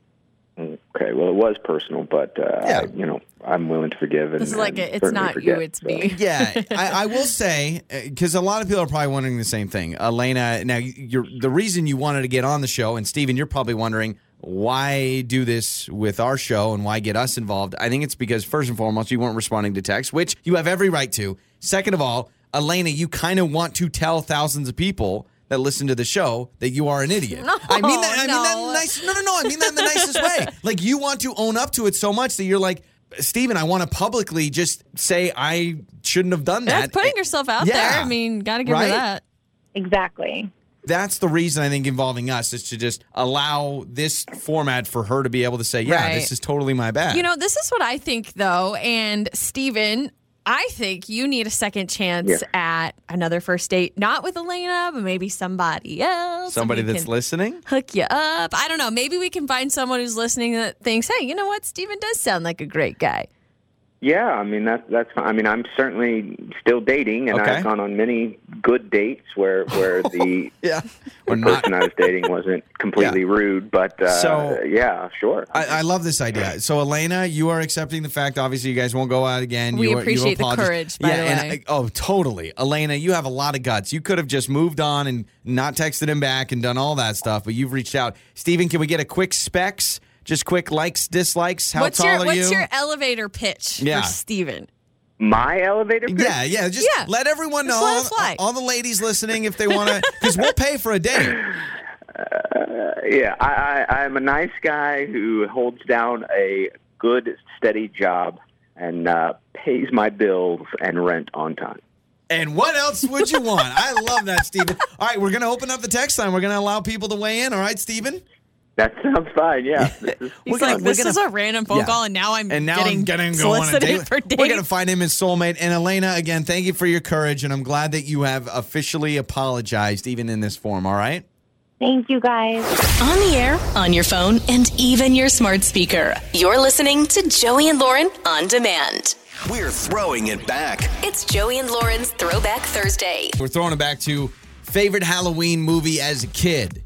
[SPEAKER 5] Okay, well, it was personal, but uh,
[SPEAKER 2] Yeah.
[SPEAKER 5] I- you know, I'm willing to forgive. And,
[SPEAKER 3] This is like
[SPEAKER 5] and
[SPEAKER 3] a, it's
[SPEAKER 5] certainly
[SPEAKER 3] not
[SPEAKER 5] forget,
[SPEAKER 3] you, it's
[SPEAKER 5] so.
[SPEAKER 3] me.
[SPEAKER 2] yeah, I, I will say because a lot of people are probably wondering the same thing. Elena, now you're the reason you wanted to get on the show, and Steven, you're probably wondering why do this with our show and why get us involved. I think it's because first and foremost, you weren't responding to text, which you have every right to. Second of all, Elena, you kind of want to tell thousands of people that listen to the show that you are an idiot. I mean that. I mean that in a
[SPEAKER 3] no.
[SPEAKER 2] nice. No, no, no. I mean that in the nicest way. Like you want to own up to it so much that you're like. Steven, I want to publicly just say I shouldn't have done that.
[SPEAKER 3] That's putting yourself out
[SPEAKER 2] Yeah.
[SPEAKER 3] there. I mean, gotta give
[SPEAKER 2] Right?
[SPEAKER 3] her that.
[SPEAKER 8] Exactly.
[SPEAKER 2] That's the reason I think involving us is to just allow this format for her to be able to say, yeah,
[SPEAKER 3] Right.
[SPEAKER 2] this is totally my bad.
[SPEAKER 3] You know, this is what I think though, and Steven, I think you need a second chance at another first date, not with Elena, but maybe somebody else.
[SPEAKER 2] somebody
[SPEAKER 3] Somebody
[SPEAKER 2] that's
[SPEAKER 3] can
[SPEAKER 2] listening.
[SPEAKER 3] hook you up. I don't know. Maybe we can find someone who's listening that thinks, "Hey, you know what? Steven does sound like a great guy."
[SPEAKER 5] Yeah, I mean that that's fine. I mean I'm certainly still dating, and
[SPEAKER 2] Okay.
[SPEAKER 5] I've gone on many good dates where where the
[SPEAKER 2] Yeah. Or not.
[SPEAKER 5] person I was dating wasn't completely rude, but uh,
[SPEAKER 2] So-
[SPEAKER 5] yeah, sure.
[SPEAKER 2] I, I love this idea. So, Elena, you are accepting the fact. Obviously, you guys won't go out again.
[SPEAKER 3] We
[SPEAKER 2] you, are-
[SPEAKER 3] appreciate the
[SPEAKER 2] apologize.
[SPEAKER 3] courage, by
[SPEAKER 2] yeah,
[SPEAKER 3] the
[SPEAKER 2] and
[SPEAKER 3] way.
[SPEAKER 2] I- oh, totally, Elena. You have a lot of guts. You could have just moved on and not texted him back and done all that stuff, but you've reached out. Steven, can we get a quick specs? Just quick likes, dislikes. How
[SPEAKER 3] what's
[SPEAKER 2] tall
[SPEAKER 3] your
[SPEAKER 2] are
[SPEAKER 3] what's
[SPEAKER 2] you?
[SPEAKER 3] your elevator pitch
[SPEAKER 2] Yeah.
[SPEAKER 3] for Steven?
[SPEAKER 5] My elevator pitch?
[SPEAKER 2] yeah, yeah. Just
[SPEAKER 3] Yeah.
[SPEAKER 2] let everyone
[SPEAKER 3] Just
[SPEAKER 2] know.
[SPEAKER 3] let
[SPEAKER 2] all-
[SPEAKER 3] it fly.
[SPEAKER 2] all, the ladies listening, if they want to, because we'll pay for a date.
[SPEAKER 5] Yeah, I, I, I'm a nice guy who holds down a good, steady job and uh, pays my bills and rent on time.
[SPEAKER 2] And what else would you want? I love that, Steven. All right, we're going to open up the text line. We're going to allow people to weigh in. All right, Steven?
[SPEAKER 5] That sounds fine. Yeah, This is-
[SPEAKER 3] He's
[SPEAKER 2] gonna-
[SPEAKER 3] like, "This
[SPEAKER 2] we're
[SPEAKER 3] is
[SPEAKER 2] gonna-
[SPEAKER 3] a random phone
[SPEAKER 2] yeah.
[SPEAKER 3] call, and now I'm
[SPEAKER 2] And now
[SPEAKER 3] getting,
[SPEAKER 2] I'm getting to go on a
[SPEAKER 3] solicited
[SPEAKER 2] date.
[SPEAKER 3] for dates."
[SPEAKER 2] We're going to find him his soulmate. And Elena, again, thank you for your courage. And I'm glad that you have officially apologized, even in this form. All right?
[SPEAKER 8] Thank you guys.
[SPEAKER 1] On the air, on your phone, and even your smart speaker. You're listening to Joey and Lauren on demand.
[SPEAKER 7] We're throwing it back.
[SPEAKER 1] It's Joey and Lauren's Throwback Thursday.
[SPEAKER 2] We're throwing it back to favorite Halloween movie as a kid.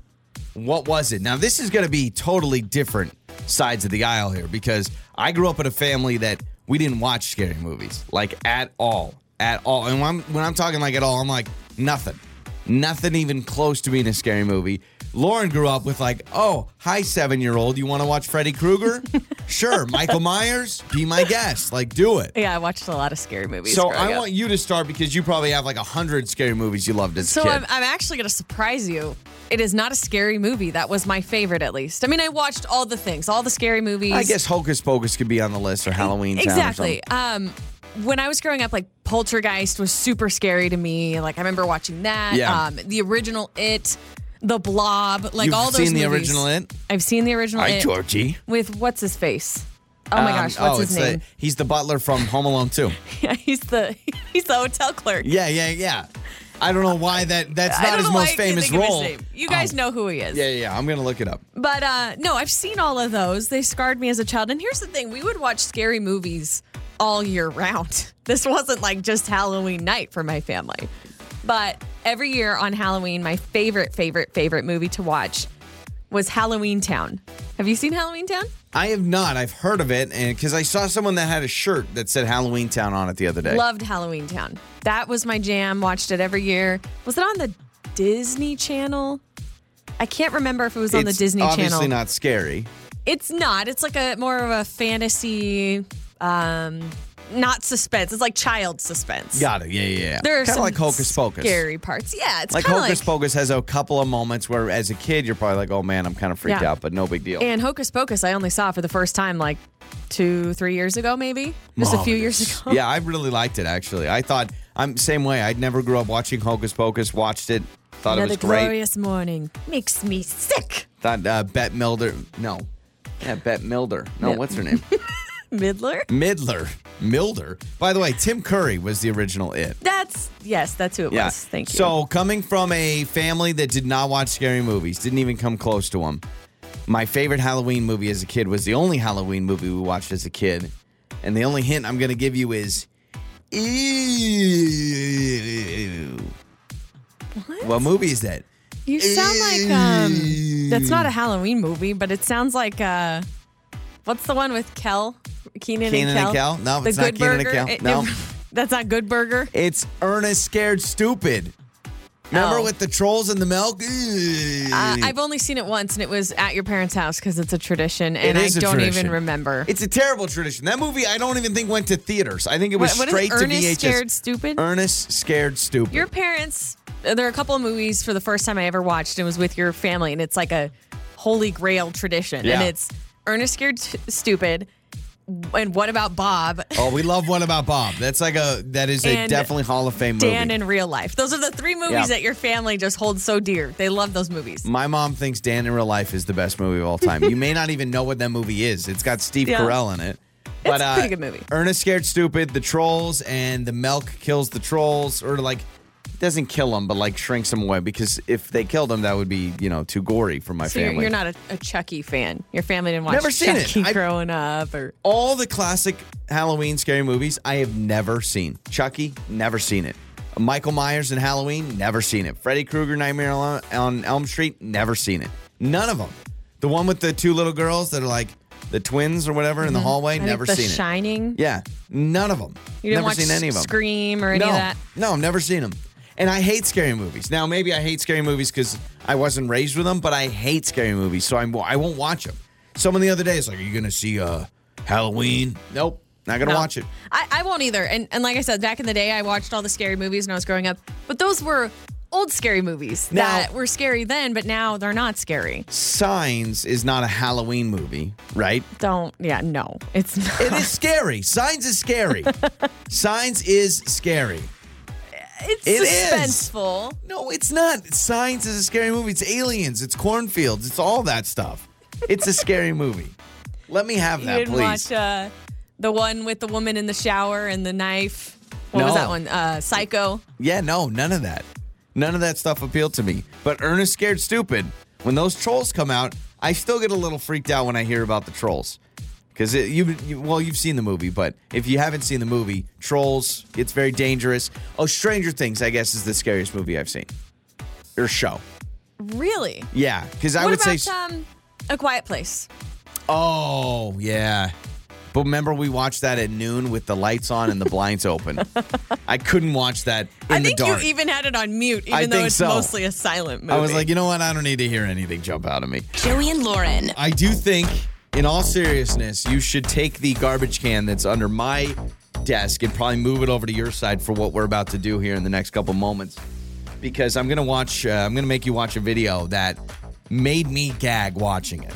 [SPEAKER 2] What was it? Now, this is going to be totally different sides of the aisle here because I grew up in a family that we didn't watch scary movies like at all, at all. And when I'm, when I'm talking like at all, I'm like nothing, nothing even close to being a scary movie. Lauren grew up with like, oh, hi, seven year old, you want to watch Freddy Krueger? sure, Michael Myers, be my guest, like do it.
[SPEAKER 3] Yeah, I watched a lot of scary movies.
[SPEAKER 2] So
[SPEAKER 3] growing
[SPEAKER 2] I
[SPEAKER 3] up.
[SPEAKER 2] want you to start because you probably have like a hundred scary movies you loved as a
[SPEAKER 3] So
[SPEAKER 2] kid.
[SPEAKER 3] I'm, I'm actually going to surprise you. It is not a scary movie. That was my favorite, at least. I mean, I watched all the things, all the scary movies.
[SPEAKER 2] I guess Hocus Pocus could be on the list or Halloween Town or
[SPEAKER 3] E, Exactly. Um, when I was growing up, like Poltergeist was super scary to me. Like I remember watching that.
[SPEAKER 2] Yeah.
[SPEAKER 3] Um, the original It, The Blob, like
[SPEAKER 2] You've
[SPEAKER 3] all those.
[SPEAKER 2] seen the
[SPEAKER 3] movies.
[SPEAKER 2] original It?
[SPEAKER 3] I've seen the original It
[SPEAKER 2] Georgie.
[SPEAKER 3] with what's his face. Oh
[SPEAKER 2] Um,
[SPEAKER 3] my gosh, what's his name?
[SPEAKER 2] he's the butler from Home Alone 2.
[SPEAKER 3] Yeah, he's the he's the hotel clerk.
[SPEAKER 2] Yeah, yeah, yeah. I don't know why that that's
[SPEAKER 3] I
[SPEAKER 2] not
[SPEAKER 3] don't
[SPEAKER 2] his
[SPEAKER 3] know why I
[SPEAKER 2] most
[SPEAKER 3] can't
[SPEAKER 2] famous
[SPEAKER 3] think of his
[SPEAKER 2] role.
[SPEAKER 3] name. You guys
[SPEAKER 2] Oh,
[SPEAKER 3] know who he is.
[SPEAKER 2] Yeah, yeah, yeah. I'm going to look it up.
[SPEAKER 3] But uh, no, I've seen all of those. They scarred me as a child. And here's the thing we would watch scary movies all year round. This wasn't like just Halloween night for my family. But every year on Halloween, my favorite, favorite, favorite movie to watch was Halloween Town. Have you seen Halloween Town?
[SPEAKER 2] I have not. I've heard of it and cuz I saw someone that had a shirt that said Halloween Town on it the other day.
[SPEAKER 3] Loved Halloween Town. That was my jam. Watched it every year. Was it on the Disney Channel? I can't remember if it was on the
[SPEAKER 2] It's
[SPEAKER 3] Disney
[SPEAKER 2] obviously
[SPEAKER 3] Channel.
[SPEAKER 2] not scary.
[SPEAKER 3] It's not. It's like a more of a fantasy, um, not suspense. It's like child suspense.
[SPEAKER 2] Got it. Yeah, yeah, yeah.
[SPEAKER 3] there are
[SPEAKER 2] Kinda
[SPEAKER 3] some
[SPEAKER 2] like Hocus Pocus.
[SPEAKER 3] scary parts. Yeah, it's
[SPEAKER 2] Like
[SPEAKER 3] kinda
[SPEAKER 2] Hocus Pocus has a couple of moments where, as a kid, you're probably like, "Oh man, I'm kind of freaked
[SPEAKER 3] Yeah.
[SPEAKER 2] out," but no big deal.
[SPEAKER 3] And Hocus Pocus, I only saw for the first time like two, three years ago, maybe just a few years
[SPEAKER 2] Marvelous.
[SPEAKER 3] ago.
[SPEAKER 2] Yeah, I really liked it actually. I thought I'm same way. I'd never grew up watching Hocus Pocus. Watched it, thought
[SPEAKER 3] Another
[SPEAKER 2] it was great.
[SPEAKER 3] glorious morning makes me sick.
[SPEAKER 2] Thought uh, Bette Milder. No, yeah, Bette Milder. No,
[SPEAKER 3] Yeah.
[SPEAKER 2] what's her name?
[SPEAKER 3] Midler.
[SPEAKER 2] Midler. Milder. By the way, Tim Curry was the original It.
[SPEAKER 3] That's yes, that's who it
[SPEAKER 2] Yeah.
[SPEAKER 3] was. Thank you.
[SPEAKER 2] So, coming from a family that did not watch scary movies, didn't even come close to them, my favorite Halloween movie as a kid was the only Halloween movie we watched as a kid. And the only hint I'm going to give you is ew.
[SPEAKER 3] What?
[SPEAKER 2] What movie is that?
[SPEAKER 3] You sound like um that's not a Halloween movie, but it sounds like uh what's the one with Kel? Keenan,
[SPEAKER 2] Keenan and
[SPEAKER 3] and Kel?
[SPEAKER 2] Kel? No,
[SPEAKER 3] the
[SPEAKER 2] it's not
[SPEAKER 3] Good
[SPEAKER 2] Keenan and
[SPEAKER 3] Burger?
[SPEAKER 2] Kel.
[SPEAKER 3] It-
[SPEAKER 2] No.
[SPEAKER 3] that's not Good Burger.
[SPEAKER 2] It's Ernest Scared Stupid. Remember
[SPEAKER 3] Oh.
[SPEAKER 2] with the trolls and the milk?
[SPEAKER 3] Uh, I've only seen it once, and it was at your parents' house because it's a tradition, and
[SPEAKER 2] is
[SPEAKER 3] I
[SPEAKER 2] a
[SPEAKER 3] don't
[SPEAKER 2] tradition.
[SPEAKER 3] even remember.
[SPEAKER 2] It's a terrible tradition. That movie, I don't even think went to theaters. I think it
[SPEAKER 3] What-
[SPEAKER 2] was
[SPEAKER 3] what is
[SPEAKER 2] straight to
[SPEAKER 3] Ernest
[SPEAKER 2] VHS.
[SPEAKER 3] Scared Stupid?
[SPEAKER 2] Ernest Scared Stupid.
[SPEAKER 3] Your parents, uh, there are a couple of movies for the first time I ever watched, and it was with your family, and it's like a holy grail tradition.
[SPEAKER 2] Yeah.
[SPEAKER 3] And it's Ernest Scared St- Stupid, and What About Bob?
[SPEAKER 2] oh, we love What About Bob. That's like a that is a
[SPEAKER 3] And
[SPEAKER 2] definitely Hall of Fame
[SPEAKER 3] Dan
[SPEAKER 2] movie.
[SPEAKER 3] in Real Life. Those are the three movies
[SPEAKER 2] Yeah.
[SPEAKER 3] that your family just holds so dear. They love those movies.
[SPEAKER 2] My mom thinks Dan in Real Life is the best movie of all time. you may not even know what that movie is. It's got Steve
[SPEAKER 3] Yeah.
[SPEAKER 2] Carell in it. But, uh,
[SPEAKER 3] a pretty good movie.
[SPEAKER 2] Ernest Scared Stupid, The Trolls, and The Milk Kills the Trolls, or like doesn't kill them, but like shrinks them away because if they killed them, that would be you know too gory for my
[SPEAKER 3] So you're,
[SPEAKER 2] family.
[SPEAKER 3] you're not a, a Chucky fan. Your family didn't watch
[SPEAKER 2] Never seen it.
[SPEAKER 3] Chucky
[SPEAKER 2] I-
[SPEAKER 3] growing up, or
[SPEAKER 2] all the classic Halloween scary movies I have never seen. Chucky, never seen it. Michael Myers in Halloween, never seen it. Freddy Krueger Nightmare on on Elm Street, never seen it. None of them. The one with the two little girls that are like the twins or whatever in the hallway,
[SPEAKER 3] Mm-hmm. I think
[SPEAKER 2] never
[SPEAKER 3] The
[SPEAKER 2] seen it.
[SPEAKER 3] Shining.
[SPEAKER 2] Yeah, none of them.
[SPEAKER 3] You didn't
[SPEAKER 2] never
[SPEAKER 3] watch
[SPEAKER 2] seen any of them.
[SPEAKER 3] Scream or any
[SPEAKER 2] no,
[SPEAKER 3] of that.
[SPEAKER 2] no, I've never seen them. And I hate scary movies. Now, maybe I hate scary movies because I wasn't raised with them, but I hate scary movies, so I'm, I won't watch them. Someone the other day is like, "Are you gonna see uh, Halloween?" Nope, not gonna
[SPEAKER 3] No.
[SPEAKER 2] watch it.
[SPEAKER 3] I, I won't either. And, and like I said, back in the day, I watched all the scary movies when I was growing up, but those were old scary movies
[SPEAKER 2] Now-
[SPEAKER 3] that were scary then, but now they're not scary.
[SPEAKER 2] Signs is not a Halloween movie, right?
[SPEAKER 3] Don't, yeah, no, it's not.
[SPEAKER 2] It is scary. Signs is scary. Signs is scary.
[SPEAKER 3] It's
[SPEAKER 2] it is.
[SPEAKER 3] suspenseful.
[SPEAKER 2] No, it's not. Signs is a scary movie. It's aliens. It's cornfields. It's all that stuff. It's a scary movie. Let me have
[SPEAKER 3] You
[SPEAKER 2] that,
[SPEAKER 3] didn't
[SPEAKER 2] please.
[SPEAKER 3] watch uh, the one with the woman in the shower and the knife. What was
[SPEAKER 2] No.
[SPEAKER 3] that one? Uh, Psycho.
[SPEAKER 2] Yeah, no, none of that. None of that stuff appealed to me. But Ernest Scared Stupid, when those trolls come out, I still get a little freaked out when I hear about the trolls. Because you, you, well, you've seen the movie, but if you haven't seen the movie, Trolls, it's very dangerous. Oh, Stranger Things, I guess, is the scariest movie I've seen. Or show.
[SPEAKER 3] Really?
[SPEAKER 2] Yeah, because I
[SPEAKER 3] what
[SPEAKER 2] would
[SPEAKER 3] about
[SPEAKER 2] say.
[SPEAKER 3] um, A Quiet Place?
[SPEAKER 2] Oh, yeah. But remember, we watched that at noon with the lights on and the blinds open. I couldn't watch that in
[SPEAKER 3] I
[SPEAKER 2] the
[SPEAKER 3] think
[SPEAKER 2] dark.
[SPEAKER 3] you even had it on mute, even
[SPEAKER 2] I
[SPEAKER 3] though
[SPEAKER 2] think
[SPEAKER 3] it's
[SPEAKER 2] so.
[SPEAKER 3] mostly a silent movie.
[SPEAKER 2] I was like, you know what? I don't need to hear anything jump out of me.
[SPEAKER 1] Joey and Lauren.
[SPEAKER 2] I do think, in all seriousness, you should take the garbage can that's under my desk and probably move it over to your side for what we're about to do here in the next couple moments. Because I'm gonna watch, uh, I'm gonna make you watch a video that made me gag watching it.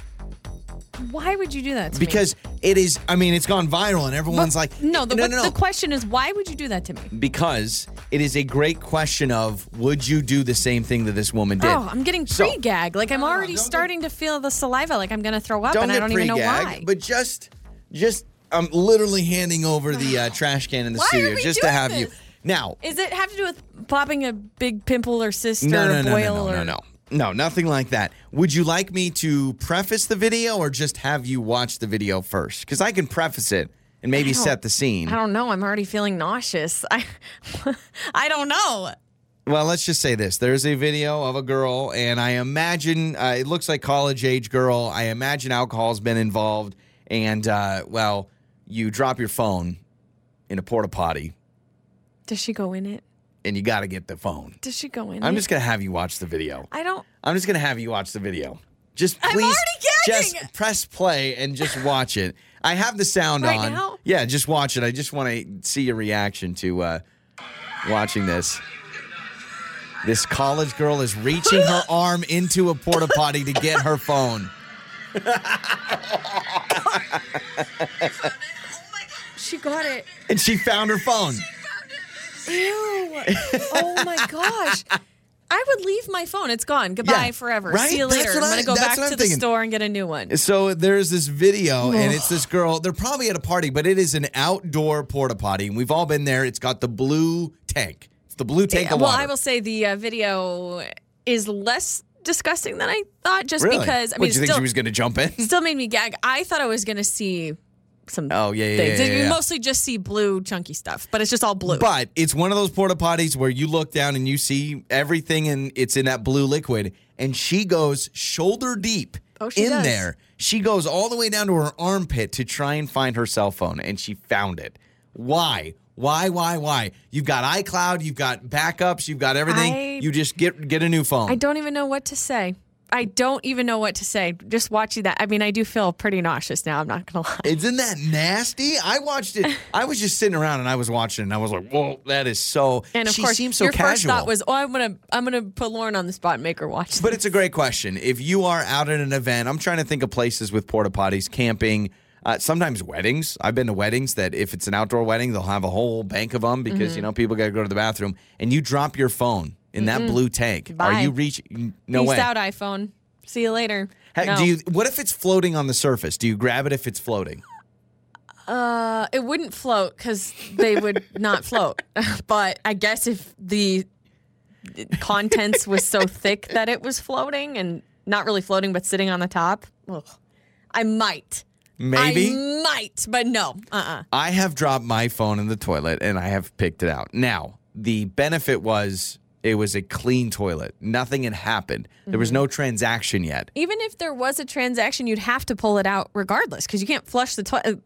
[SPEAKER 3] why would you do that? To me?
[SPEAKER 2] Because it is, I mean, it's gone viral and everyone's
[SPEAKER 3] But-
[SPEAKER 2] like,
[SPEAKER 3] no, the,
[SPEAKER 2] no,
[SPEAKER 3] what-
[SPEAKER 2] no, no.
[SPEAKER 3] the question is, why would you do that to me?
[SPEAKER 2] because it is a great question of would you do the same thing that this woman did?
[SPEAKER 3] Oh, I'm getting
[SPEAKER 2] So-
[SPEAKER 3] pre gag. Like, I'm already
[SPEAKER 2] don't
[SPEAKER 3] starting to feel the saliva, like I'm going to throw up, and I
[SPEAKER 2] get
[SPEAKER 3] don't even know
[SPEAKER 2] pre-gag,
[SPEAKER 3] why.
[SPEAKER 2] But just, just, I'm literally handing over the uh, trash can in the
[SPEAKER 3] Why are
[SPEAKER 2] studio
[SPEAKER 3] we
[SPEAKER 2] just to
[SPEAKER 3] doing
[SPEAKER 2] have you.
[SPEAKER 3] this?
[SPEAKER 2] Now,
[SPEAKER 3] Is it have to do with popping a big pimple or cyst
[SPEAKER 2] no,
[SPEAKER 3] or
[SPEAKER 2] no,
[SPEAKER 3] a
[SPEAKER 2] no,
[SPEAKER 3] boil?
[SPEAKER 2] no, no,
[SPEAKER 3] or...
[SPEAKER 2] no, no, no, nothing like that. Would you like me to preface the video or just have you watch the video first? Because I can preface it and maybe
[SPEAKER 3] don't-
[SPEAKER 2] set the scene.
[SPEAKER 3] I don't know. I'm already feeling nauseous. I, I don't know.
[SPEAKER 2] Well, let's just say this. There's a video of a girl, and I imagine uh, it looks like college age girl. I imagine alcohol's been involved, and uh, well, you drop your phone in a porta potty,
[SPEAKER 3] Does she go in it?
[SPEAKER 2] and you got to get the phone.
[SPEAKER 3] Does she go in
[SPEAKER 2] I'm
[SPEAKER 3] it?
[SPEAKER 2] just gonna have you watch the video.
[SPEAKER 3] I don't.
[SPEAKER 2] I'm just gonna have you watch the video. Just
[SPEAKER 3] I'm
[SPEAKER 2] please,
[SPEAKER 3] already gagging!
[SPEAKER 2] just press play and just watch it. I have the sound
[SPEAKER 3] Right
[SPEAKER 2] on.
[SPEAKER 3] now?
[SPEAKER 2] Yeah, just watch it. I just want to see your reaction to uh, watching this. This college girl is reaching her arm into a porta potty to get her phone.
[SPEAKER 3] She got it.
[SPEAKER 2] And she found her phone.
[SPEAKER 3] Ew. Oh my gosh. I would leave my phone. It's gone. Goodbye
[SPEAKER 2] Yeah,
[SPEAKER 3] forever.
[SPEAKER 2] right?
[SPEAKER 3] See you
[SPEAKER 2] That's
[SPEAKER 3] later.
[SPEAKER 2] what
[SPEAKER 3] I'm
[SPEAKER 2] I-
[SPEAKER 3] going to go
[SPEAKER 2] that's
[SPEAKER 3] back
[SPEAKER 2] what I'm
[SPEAKER 3] to the
[SPEAKER 2] thinking.
[SPEAKER 3] store and get a new one.
[SPEAKER 2] So there's this video, and it's this girl. They're probably at a party, but it is an outdoor porta potty, and we've all been there. It's got the blue tank. It's the blue tank of
[SPEAKER 3] well,
[SPEAKER 2] water.
[SPEAKER 3] I will say the uh, video is less disgusting than I thought, just
[SPEAKER 2] Really?
[SPEAKER 3] because I
[SPEAKER 2] What,
[SPEAKER 3] mean,
[SPEAKER 2] did you
[SPEAKER 3] still,
[SPEAKER 2] think she was going to jump in?
[SPEAKER 3] still made me gag. I thought I was going to see some
[SPEAKER 2] Oh, yeah, yeah,
[SPEAKER 3] things.
[SPEAKER 2] yeah, yeah,
[SPEAKER 3] You
[SPEAKER 2] yeah.
[SPEAKER 3] mostly just see blue chunky stuff, but it's just all blue.
[SPEAKER 2] But it's one of those porta potties where you look down and you see everything and it's in that blue liquid. And she goes shoulder deep
[SPEAKER 3] Oh, she
[SPEAKER 2] in
[SPEAKER 3] does.
[SPEAKER 2] there. She goes all the way down to her armpit to try and find her cell phone and she found it. Why? Why, why, why? You've got iCloud, you've got backups, you've got everything.
[SPEAKER 3] I-
[SPEAKER 2] you just get get a new phone.
[SPEAKER 3] I don't even know what to say. I don't even know what to say. Just watching that, I mean, I do feel pretty nauseous now. I'm not gonna lie.
[SPEAKER 2] Isn't that nasty? I watched it. I was just sitting around and I was watching it and I was like, whoa, that is so
[SPEAKER 3] And of
[SPEAKER 2] she
[SPEAKER 3] course,
[SPEAKER 2] seems so
[SPEAKER 3] your
[SPEAKER 2] casual.
[SPEAKER 3] first thought was, "Oh, I'm gonna, I'm gonna put Lauren on the spot and make her watch."
[SPEAKER 2] But it's a great question. If you are out at an event, I'm trying to think of places with porta potties, camping, uh, sometimes weddings. I've been to weddings that if it's an outdoor wedding, they'll have a whole bank of them
[SPEAKER 3] Mm-hmm.
[SPEAKER 2] because you know people got to go to the bathroom, and you drop your phone in that blue tank.
[SPEAKER 3] Bye.
[SPEAKER 2] Are you reaching? No
[SPEAKER 3] Peace
[SPEAKER 2] way.
[SPEAKER 3] out, iPhone. See you later.
[SPEAKER 2] Heck,
[SPEAKER 3] No.
[SPEAKER 2] Do you? What if it's floating on the surface? Do you grab it if it's floating?
[SPEAKER 3] Uh, it wouldn't float because they would not float. But I guess if the contents was so thick that it was floating and not really floating, but sitting on the top, ugh, I might.
[SPEAKER 2] Maybe.
[SPEAKER 3] I might, but no. Uh-uh.
[SPEAKER 2] I have dropped my phone in the toilet and I have picked it out. Now, the benefit was it was a clean toilet. Nothing had happened. There
[SPEAKER 3] Mm-hmm.
[SPEAKER 2] was no transaction yet.
[SPEAKER 3] Even if there was a transaction, you'd have to pull it out regardless because you can't flush the toilet.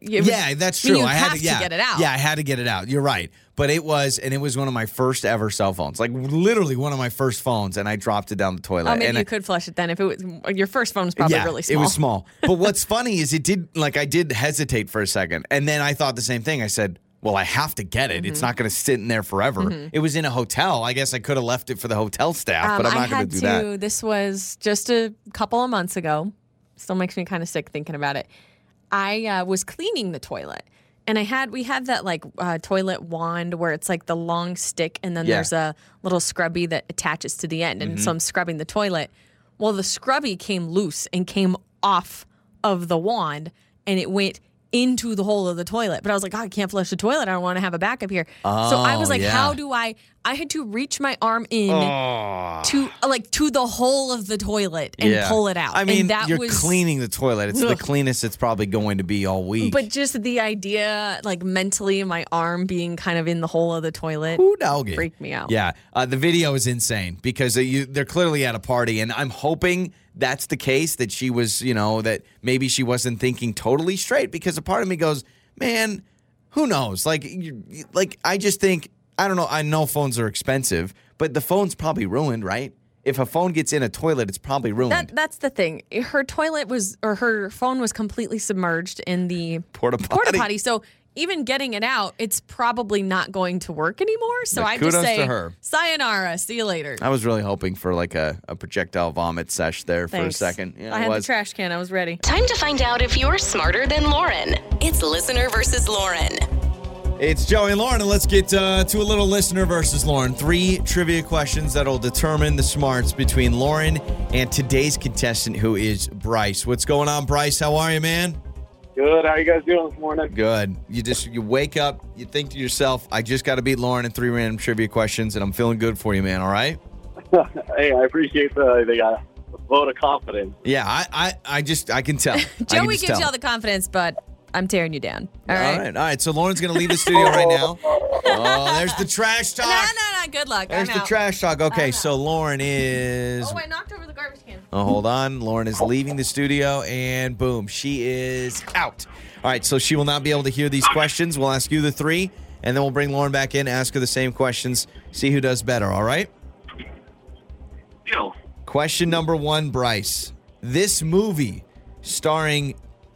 [SPEAKER 2] yeah, that's true.
[SPEAKER 3] I, mean, you
[SPEAKER 2] I
[SPEAKER 3] have
[SPEAKER 2] had to, yeah,
[SPEAKER 3] get it out.
[SPEAKER 2] Yeah, I had to get it out. You're right. But it was, and it was one of my first ever cell phones, like literally one of my first phones, and I dropped it down the toilet.
[SPEAKER 3] Oh, maybe
[SPEAKER 2] and
[SPEAKER 3] you
[SPEAKER 2] I-
[SPEAKER 3] could flush it then. If it was your first phone was probably
[SPEAKER 2] yeah,
[SPEAKER 3] really small.
[SPEAKER 2] It was small. But what's funny is it did like I did hesitate for a second, and then I thought the same thing. I said, "Well, I have to get it.
[SPEAKER 3] Mm-hmm.
[SPEAKER 2] It's not going to sit in there forever." It was in a hotel. I guess I could have left it for the hotel staff, but I'm
[SPEAKER 3] Um, I
[SPEAKER 2] not going
[SPEAKER 3] had
[SPEAKER 2] to do that.
[SPEAKER 3] This was just a couple of months ago. Still makes me kind of sick thinking about it. I uh, was cleaning the toilet, and I had we have that like uh, toilet wand where it's like the long stick, and then
[SPEAKER 2] Yeah. Mm-hmm.
[SPEAKER 3] there's a little scrubby that attaches to the end. And so I'm scrubbing the toilet. Well, the scrubby came loose and came off of the wand, and it went into the hole of the toilet. But I was like, oh, I can't flush the toilet. I don't want to have a backup here. so I
[SPEAKER 2] Oh,
[SPEAKER 3] was like,
[SPEAKER 2] yeah.
[SPEAKER 3] how do I? I had to reach my arm in to uh, like to the hole of the toilet and
[SPEAKER 2] Yeah.
[SPEAKER 3] pull it out.
[SPEAKER 2] I mean,
[SPEAKER 3] and that
[SPEAKER 2] you're
[SPEAKER 3] was
[SPEAKER 2] cleaning the toilet. It's the
[SPEAKER 3] Ugh.
[SPEAKER 2] cleanest it's probably going to be all week.
[SPEAKER 3] But just the idea, like mentally, my arm being kind of in the hole of the toilet.
[SPEAKER 2] Ooh, doggy.
[SPEAKER 3] Freaked me out.
[SPEAKER 2] Yeah, uh, the video is insane because uh, you, they're clearly at a party, and I'm hoping that's the case that she was, you know, that maybe she wasn't thinking totally straight because a part of me goes, man, who knows? Like, you, you- like I just think I don't know. I know phones are expensive, but the phone's probably ruined, right? If a phone gets in a toilet, it's probably ruined.
[SPEAKER 3] That that's the thing. Her toilet was or her phone was completely submerged in the
[SPEAKER 2] Porta
[SPEAKER 3] porta
[SPEAKER 2] potty.
[SPEAKER 3] potty. So even getting it out, it's probably not going to work anymore. So
[SPEAKER 2] Yeah,
[SPEAKER 3] I just
[SPEAKER 2] kudos to
[SPEAKER 3] say,
[SPEAKER 2] her.
[SPEAKER 3] sayonara, see you later.
[SPEAKER 2] I was really hoping for like a, a projectile vomit sesh there for a
[SPEAKER 3] Thanks.
[SPEAKER 2] second. Yeah,
[SPEAKER 3] I
[SPEAKER 2] it
[SPEAKER 3] had
[SPEAKER 2] was.
[SPEAKER 3] the trash can. I was ready.
[SPEAKER 1] Time to find out if you're smarter than Lauren. It's listener versus Lauren.
[SPEAKER 2] It's Joey and Lauren, and let's get uh, to a little listener versus Lauren. Three trivia questions that'll determine the smarts between Lauren and today's contestant, who is Bryce. What's going on, Bryce? How are you, man?
[SPEAKER 5] Good. How you guys doing this morning?
[SPEAKER 2] Good. You just you wake up, you think to yourself, "I just got to beat Lauren in three random trivia questions," and I'm feeling good for you, man. All right?
[SPEAKER 5] hey, I appreciate the they got a vote of confidence.
[SPEAKER 2] Yeah, I I, I just I can tell. I can
[SPEAKER 3] Joey
[SPEAKER 2] just
[SPEAKER 3] gives
[SPEAKER 2] tell.
[SPEAKER 3] you all the confidence, but I'm tearing you down.
[SPEAKER 2] all right, all right. So Lauren's gonna leave the studio right now. Oh, there's the trash talk.
[SPEAKER 3] No, no, no. Uh, Good luck.
[SPEAKER 2] There's
[SPEAKER 3] I'm
[SPEAKER 2] the
[SPEAKER 3] out.
[SPEAKER 2] trash talk. Okay, so Lauren is
[SPEAKER 3] Oh, I knocked over the garbage can.
[SPEAKER 2] Oh, hold on. Lauren is leaving the studio, and boom, she is out. All right, so she will not be able to hear these questions. We'll ask you the three, and then we'll bring Lauren back in, ask her the same questions, see who does better. All right?
[SPEAKER 5] Deal.
[SPEAKER 2] Question number one, Bryce. This movie starring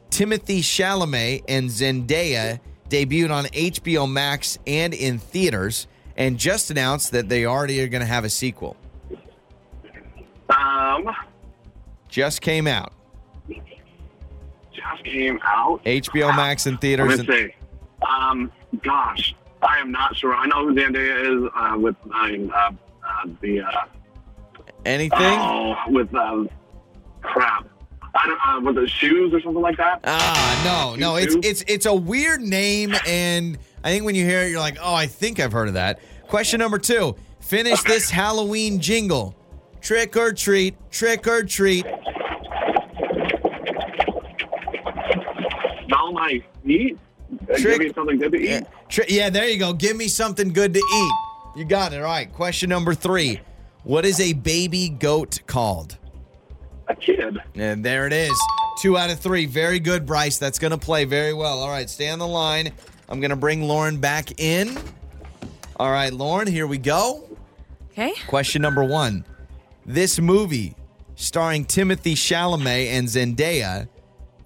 [SPEAKER 2] Timothy Chalamet and Zendaya debuted on HBO Max and in theaters, and just announced that they already are going to have a sequel.
[SPEAKER 5] Um,
[SPEAKER 2] Just came out.
[SPEAKER 5] just came out.
[SPEAKER 2] HBO Max and
[SPEAKER 5] I'm
[SPEAKER 2] theaters.
[SPEAKER 5] gonna say, um, gosh, I am not sure. I know who Zendaya is uh, with um, uh, uh, the uh,
[SPEAKER 2] Anything?
[SPEAKER 5] oh with um, crap. I don't uh, with the shoes or something like that.
[SPEAKER 2] Ah, no, no, it's
[SPEAKER 5] too?
[SPEAKER 2] it's it's a weird name, and I think when you hear it, you're like, oh, I think I've heard of that. Question number two: Finish this Halloween jingle. Trick or treat, trick or treat.
[SPEAKER 5] Doll
[SPEAKER 9] my needs. Uh,
[SPEAKER 2] Trick-
[SPEAKER 9] Give me something good to eat.
[SPEAKER 2] Yeah. Tri- yeah, there you go. Give me something good to eat. You got it. All right. Question number three What is a baby goat called?
[SPEAKER 9] A kid.
[SPEAKER 2] And there it is. Two out of three. Very good, Bryce. That's going to play very well. All right, stay on the line. I'm going to bring Lauren back in. All right, Lauren, here we go.
[SPEAKER 3] Okay.
[SPEAKER 2] Question number one. This movie, starring Timothy Chalamet and Zendaya,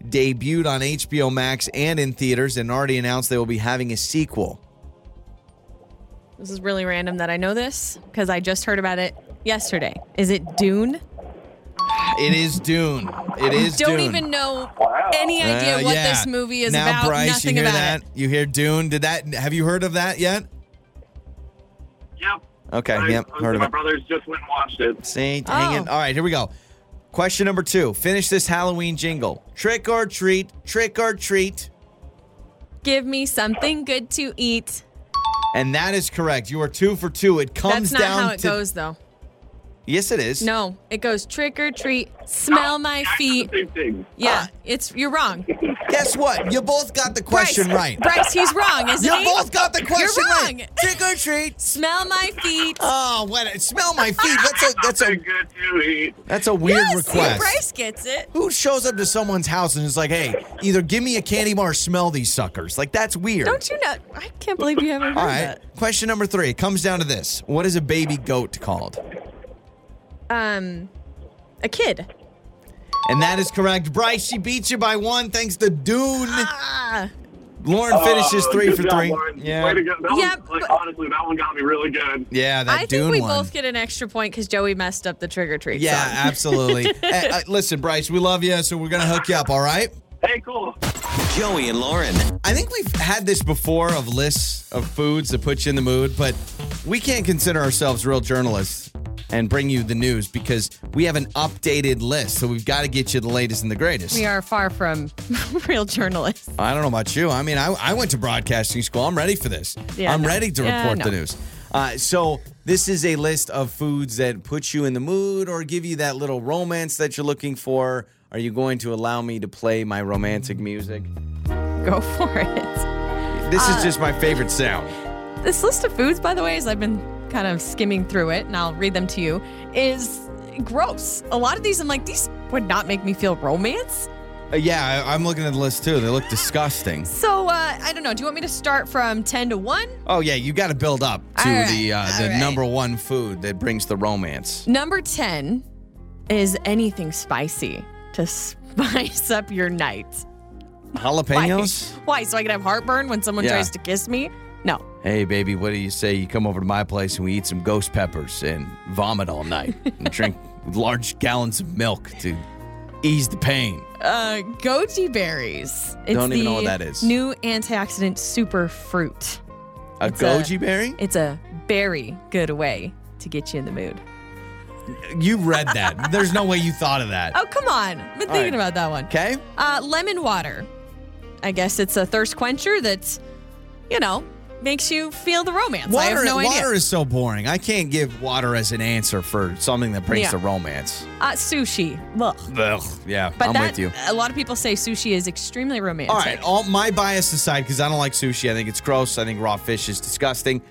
[SPEAKER 2] debuted on HBO Max and in theaters and already announced they will be having a sequel.
[SPEAKER 3] This is really random that I know this because I just heard about it yesterday. Is it Dune?
[SPEAKER 2] It is Dune. It is
[SPEAKER 3] Don't
[SPEAKER 2] Dune.
[SPEAKER 3] even know
[SPEAKER 9] Wow.
[SPEAKER 3] any idea
[SPEAKER 2] Uh,
[SPEAKER 3] what
[SPEAKER 2] yeah.
[SPEAKER 3] this movie is
[SPEAKER 2] now,
[SPEAKER 3] about.
[SPEAKER 2] Bryce,
[SPEAKER 3] Nothing
[SPEAKER 2] you hear
[SPEAKER 3] about
[SPEAKER 2] that?
[SPEAKER 3] it.
[SPEAKER 2] You hear Dune? Did that? Have you heard of that yet?
[SPEAKER 9] Yep.
[SPEAKER 2] Okay,
[SPEAKER 9] I,
[SPEAKER 2] yep,
[SPEAKER 9] I-
[SPEAKER 2] heard of
[SPEAKER 9] my
[SPEAKER 2] it.
[SPEAKER 9] brothers just went and watched it.
[SPEAKER 2] See, dang it.
[SPEAKER 3] Oh.
[SPEAKER 2] All right, here we go. Question number two. Finish this Halloween jingle. Trick or treat, trick or treat.
[SPEAKER 3] Give me something good to eat.
[SPEAKER 2] And that is correct. You are two for two. It comes
[SPEAKER 3] That's not
[SPEAKER 2] down
[SPEAKER 3] how it
[SPEAKER 2] to
[SPEAKER 3] goes, though.
[SPEAKER 2] Yes, it is.
[SPEAKER 3] No, it goes trick or treat, smell my feet.
[SPEAKER 9] Same thing.
[SPEAKER 2] Uh,
[SPEAKER 3] Yeah, it's you're wrong.
[SPEAKER 2] Guess what? You both got the question
[SPEAKER 3] Bryce,
[SPEAKER 2] right.
[SPEAKER 3] Bryce, he's wrong, isn't
[SPEAKER 2] You
[SPEAKER 3] he?
[SPEAKER 2] both got the question
[SPEAKER 3] wrong.
[SPEAKER 2] right. Trick or treat.
[SPEAKER 3] Smell my feet.
[SPEAKER 2] Oh, what? Smell my feet. That's a that's a
[SPEAKER 9] Something good to eat.
[SPEAKER 2] that's a weird
[SPEAKER 3] yes,
[SPEAKER 2] request.
[SPEAKER 3] Bryce gets it.
[SPEAKER 2] Who shows up to someone's house and is like, "Hey, either give me a candy bar or smell these suckers." Like that's weird.
[SPEAKER 3] Don't you know? I can't believe you haven't heard
[SPEAKER 2] All right.
[SPEAKER 3] that.
[SPEAKER 2] Question number three. It comes down to this. What is a baby goat called?
[SPEAKER 3] Um, a kid.
[SPEAKER 2] And that is correct. Bryce, she beat you by one thanks to Dune.
[SPEAKER 3] Ah,
[SPEAKER 2] Lauren finishes
[SPEAKER 9] Oh,
[SPEAKER 2] three
[SPEAKER 9] good
[SPEAKER 2] for
[SPEAKER 9] job,
[SPEAKER 2] three.
[SPEAKER 9] Lauren. Way
[SPEAKER 2] Yeah.
[SPEAKER 9] to go. That
[SPEAKER 3] Yeah,
[SPEAKER 9] one, like,
[SPEAKER 3] but-
[SPEAKER 9] honestly, that one got me really good.
[SPEAKER 2] Yeah, that
[SPEAKER 3] I
[SPEAKER 2] Dune
[SPEAKER 3] think we
[SPEAKER 2] one.
[SPEAKER 3] both get an extra point because Joey messed up the trick or treat.
[SPEAKER 2] yeah,
[SPEAKER 3] song.
[SPEAKER 2] absolutely. Hey, uh, listen, Bryce, we love you, so we're gonna hook you up. All right.
[SPEAKER 9] Hey, cool.
[SPEAKER 7] Joey and Lauren.
[SPEAKER 2] I think we've had this before of lists of foods that put you in the mood, but we can't consider ourselves real journalists and bring you the news because we have an updated list. So we've got to get you the latest and the greatest.
[SPEAKER 3] we are far from real journalists.
[SPEAKER 2] I don't know about you. I mean, I, I went to broadcasting school. I'm ready for this.
[SPEAKER 3] Yeah,
[SPEAKER 2] I'm
[SPEAKER 3] no.
[SPEAKER 2] ready to
[SPEAKER 3] Yeah,
[SPEAKER 2] report
[SPEAKER 3] no.
[SPEAKER 2] the news. Uh, so, this is a list of foods that put you in the mood or give you that little romance that you're looking for. Are you going to allow me to play my romantic music?
[SPEAKER 3] Go for it.
[SPEAKER 2] This
[SPEAKER 3] Uh,
[SPEAKER 2] is just my favorite sound.
[SPEAKER 3] This list of foods, by the way, as I've been kind of skimming through it, and I'll read them to you, is gross. A lot of these, I'm like, these would not make me feel romance.
[SPEAKER 2] Uh, yeah, I, I'm looking at the list too. They look disgusting.
[SPEAKER 3] So uh, I don't know. Do you want me to start from ten to one?
[SPEAKER 2] Oh, yeah, you got to build up to
[SPEAKER 3] All right,
[SPEAKER 2] the, uh,
[SPEAKER 3] all
[SPEAKER 2] the
[SPEAKER 3] right.
[SPEAKER 2] number one food that brings the romance.
[SPEAKER 3] Number 10 is anything spicy to spice up your night. Why?
[SPEAKER 2] Jalapenos?
[SPEAKER 3] Why? So I can have heartburn when someone
[SPEAKER 2] Yeah.
[SPEAKER 3] tries to kiss me? No.
[SPEAKER 2] Hey, baby, what do you say you come over to my place and we eat some ghost peppers and vomit all night and drink large gallons of milk to ease the pain?
[SPEAKER 3] Uh, goji berries. It's
[SPEAKER 2] Don't even know
[SPEAKER 3] the
[SPEAKER 2] what that is.
[SPEAKER 3] New antioxidant super fruit.
[SPEAKER 2] A
[SPEAKER 3] It's a-
[SPEAKER 2] goji berry?
[SPEAKER 3] It's a berry good way to get you in the mood.
[SPEAKER 2] You read that. There's no way you thought of that.
[SPEAKER 3] Oh, come on. I've been
[SPEAKER 2] All
[SPEAKER 3] thinking
[SPEAKER 2] right.
[SPEAKER 3] about that one.
[SPEAKER 2] Okay.
[SPEAKER 3] Uh, lemon water. I guess it's a thirst quencher that's, you know, makes you feel the romance. I have
[SPEAKER 2] Water,
[SPEAKER 3] no idea.
[SPEAKER 2] water is so boring. I can't give water as an answer for something that brings
[SPEAKER 3] Yeah.
[SPEAKER 2] the romance.
[SPEAKER 3] Uh, sushi. Look.
[SPEAKER 2] Ugh. Yeah,
[SPEAKER 3] But
[SPEAKER 2] I'm
[SPEAKER 3] that,
[SPEAKER 2] with you.
[SPEAKER 3] a lot of people say sushi is extremely romantic.
[SPEAKER 2] All right, all my bias aside, because I don't like sushi. I think it's gross. I think raw fish is disgusting.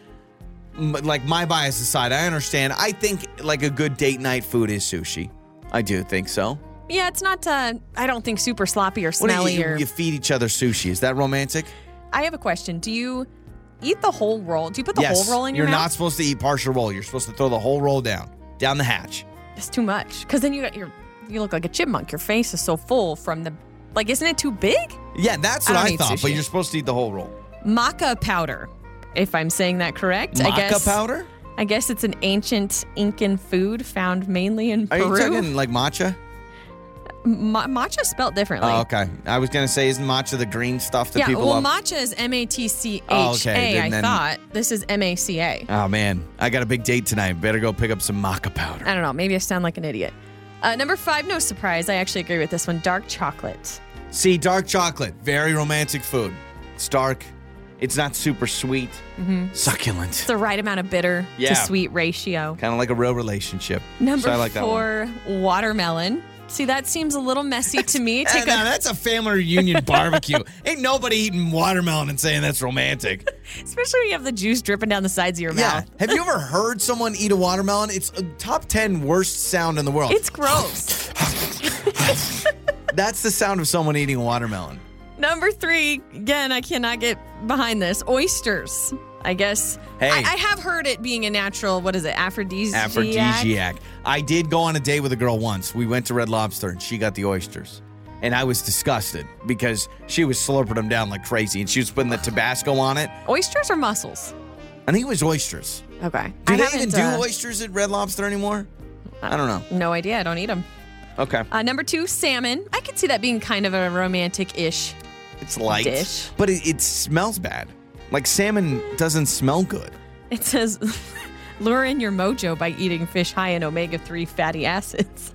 [SPEAKER 2] M- like my bias aside, I understand. I think like a good date night food is sushi. I do think so.
[SPEAKER 3] Yeah, it's not. Uh, I don't think super sloppy or
[SPEAKER 2] What do
[SPEAKER 3] smelly.
[SPEAKER 2] you,
[SPEAKER 3] or
[SPEAKER 2] you feed each other sushi? Is that romantic?
[SPEAKER 3] I have a question. Do you eat the whole roll? Do you put the
[SPEAKER 2] yes.
[SPEAKER 3] whole roll in
[SPEAKER 2] You're
[SPEAKER 3] your
[SPEAKER 2] not
[SPEAKER 3] mouth?
[SPEAKER 2] supposed to eat partial roll. You're supposed to throw the whole roll down, down the hatch.
[SPEAKER 3] It's too much because then you got your. You look like a chipmunk. Your face is so full from the. Like, isn't it too big?
[SPEAKER 2] Yeah, that's
[SPEAKER 3] I
[SPEAKER 2] what
[SPEAKER 3] don't
[SPEAKER 2] I,
[SPEAKER 3] eat
[SPEAKER 2] thought. But
[SPEAKER 3] sushi.
[SPEAKER 2] you're supposed to eat the whole roll.
[SPEAKER 3] Maca powder, if I'm saying that correct.
[SPEAKER 2] Maca
[SPEAKER 3] I guess.
[SPEAKER 2] powder?
[SPEAKER 3] I guess it's an ancient Incan food found mainly in
[SPEAKER 2] Are
[SPEAKER 3] Peru.
[SPEAKER 2] you talking like matcha?
[SPEAKER 3] Ma- matcha spelled differently.
[SPEAKER 2] oh, okay. I was gonna say, isn't matcha the green stuff that
[SPEAKER 3] yeah,
[SPEAKER 2] people
[SPEAKER 3] well,
[SPEAKER 2] love?
[SPEAKER 3] matcha is M A T C H A. I
[SPEAKER 2] Oh, okay, then- then-
[SPEAKER 3] thought this is M A C A.
[SPEAKER 2] Oh man, I got a big date tonight. Better go pick up some maca powder.
[SPEAKER 3] I don't know. Maybe I sound like an idiot. Uh, number five, no surprise. I actually agree with this one. Dark chocolate.
[SPEAKER 2] See, dark chocolate, very romantic food. It's dark. It's not super sweet.
[SPEAKER 3] Mm-hmm.
[SPEAKER 2] Succulent.
[SPEAKER 3] It's the right amount of bitter
[SPEAKER 2] Yeah.
[SPEAKER 3] to sweet ratio.
[SPEAKER 2] Kind of like a real relationship.
[SPEAKER 3] Number
[SPEAKER 2] so I like that one.
[SPEAKER 3] four, watermelon. See, that seems a little messy to me.
[SPEAKER 2] Eh,
[SPEAKER 3] Take
[SPEAKER 2] now
[SPEAKER 3] a,
[SPEAKER 2] that's a family reunion barbecue. Ain't nobody eating watermelon and saying that's romantic.
[SPEAKER 3] especially when you have the juice dripping down the sides of your
[SPEAKER 2] Yeah.
[SPEAKER 3] mouth.
[SPEAKER 2] Have you ever heard someone eat a watermelon? It's a top 10 worst sound in the world.
[SPEAKER 3] It's gross.
[SPEAKER 2] That's the sound of someone eating a watermelon.
[SPEAKER 3] Number three, again, I cannot get behind this. Oysters. I guess.
[SPEAKER 2] Hey.
[SPEAKER 3] I, I have heard it being a natural, what is it, aphrodisiac?
[SPEAKER 2] Aphrodisiac. I did go on a date with a girl once. We went to Red Lobster and she got the oysters. And I was disgusted because she was slurping them down like crazy and she was putting the Tabasco on it.
[SPEAKER 3] Oysters or mussels?
[SPEAKER 2] I think it was oysters.
[SPEAKER 3] Okay.
[SPEAKER 2] Do
[SPEAKER 3] I
[SPEAKER 2] they
[SPEAKER 3] haven't,
[SPEAKER 2] even do
[SPEAKER 3] uh,
[SPEAKER 2] oysters at Red Lobster anymore? I don't know.
[SPEAKER 3] No idea. I don't eat them.
[SPEAKER 2] Okay.
[SPEAKER 3] Uh, number two, salmon. I could see that being kind of a romantic ish.
[SPEAKER 2] It's light.
[SPEAKER 3] Dish.
[SPEAKER 2] But it, it smells bad. Like salmon doesn't smell good.
[SPEAKER 3] It says, lure in your mojo by eating fish high in omega 3 fatty acids.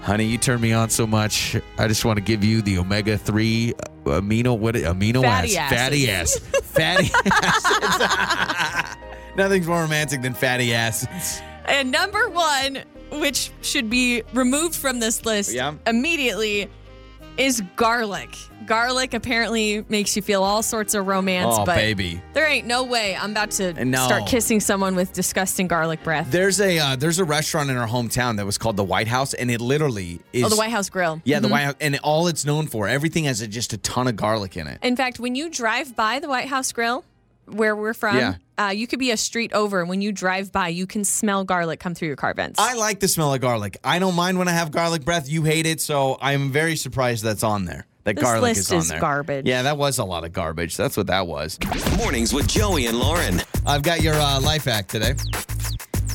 [SPEAKER 2] Honey, you turn me on so much. I just want to give you the omega three amino what amino
[SPEAKER 3] Fatty
[SPEAKER 2] acids, fatty ass, fatty acids. Nothing's more romantic than fatty acids.
[SPEAKER 3] And number one, which should be removed from this list
[SPEAKER 2] Yeah.
[SPEAKER 3] immediately, is garlic. Garlic apparently makes you feel all sorts of romance,
[SPEAKER 2] Oh,
[SPEAKER 3] but
[SPEAKER 2] baby.
[SPEAKER 3] there ain't no way I'm about to
[SPEAKER 2] No.
[SPEAKER 3] start kissing someone with disgusting garlic breath.
[SPEAKER 2] There's a uh, there's a restaurant in our hometown that was called the White House, and it literally is
[SPEAKER 3] oh, the White House Grill. Mm-hmm.
[SPEAKER 2] Yeah, the White House, and all it's known for, everything has a, just a ton of garlic in it.
[SPEAKER 3] In fact, when you drive by the White House Grill, where we're from,
[SPEAKER 2] Yeah.
[SPEAKER 3] uh, you could be a street over, and when you drive by, you can smell garlic come through your car vents.
[SPEAKER 2] I like the smell of garlic. I don't mind when I have garlic breath. You hate it, so I'm very surprised that's on there. That
[SPEAKER 3] This
[SPEAKER 2] garlic
[SPEAKER 3] list
[SPEAKER 2] is on
[SPEAKER 3] is
[SPEAKER 2] there.
[SPEAKER 3] garbage.
[SPEAKER 2] Yeah, that was a lot of garbage. That's what that was.
[SPEAKER 7] Mornings with Joey and Lauren.
[SPEAKER 2] I've got your uh, life hack today.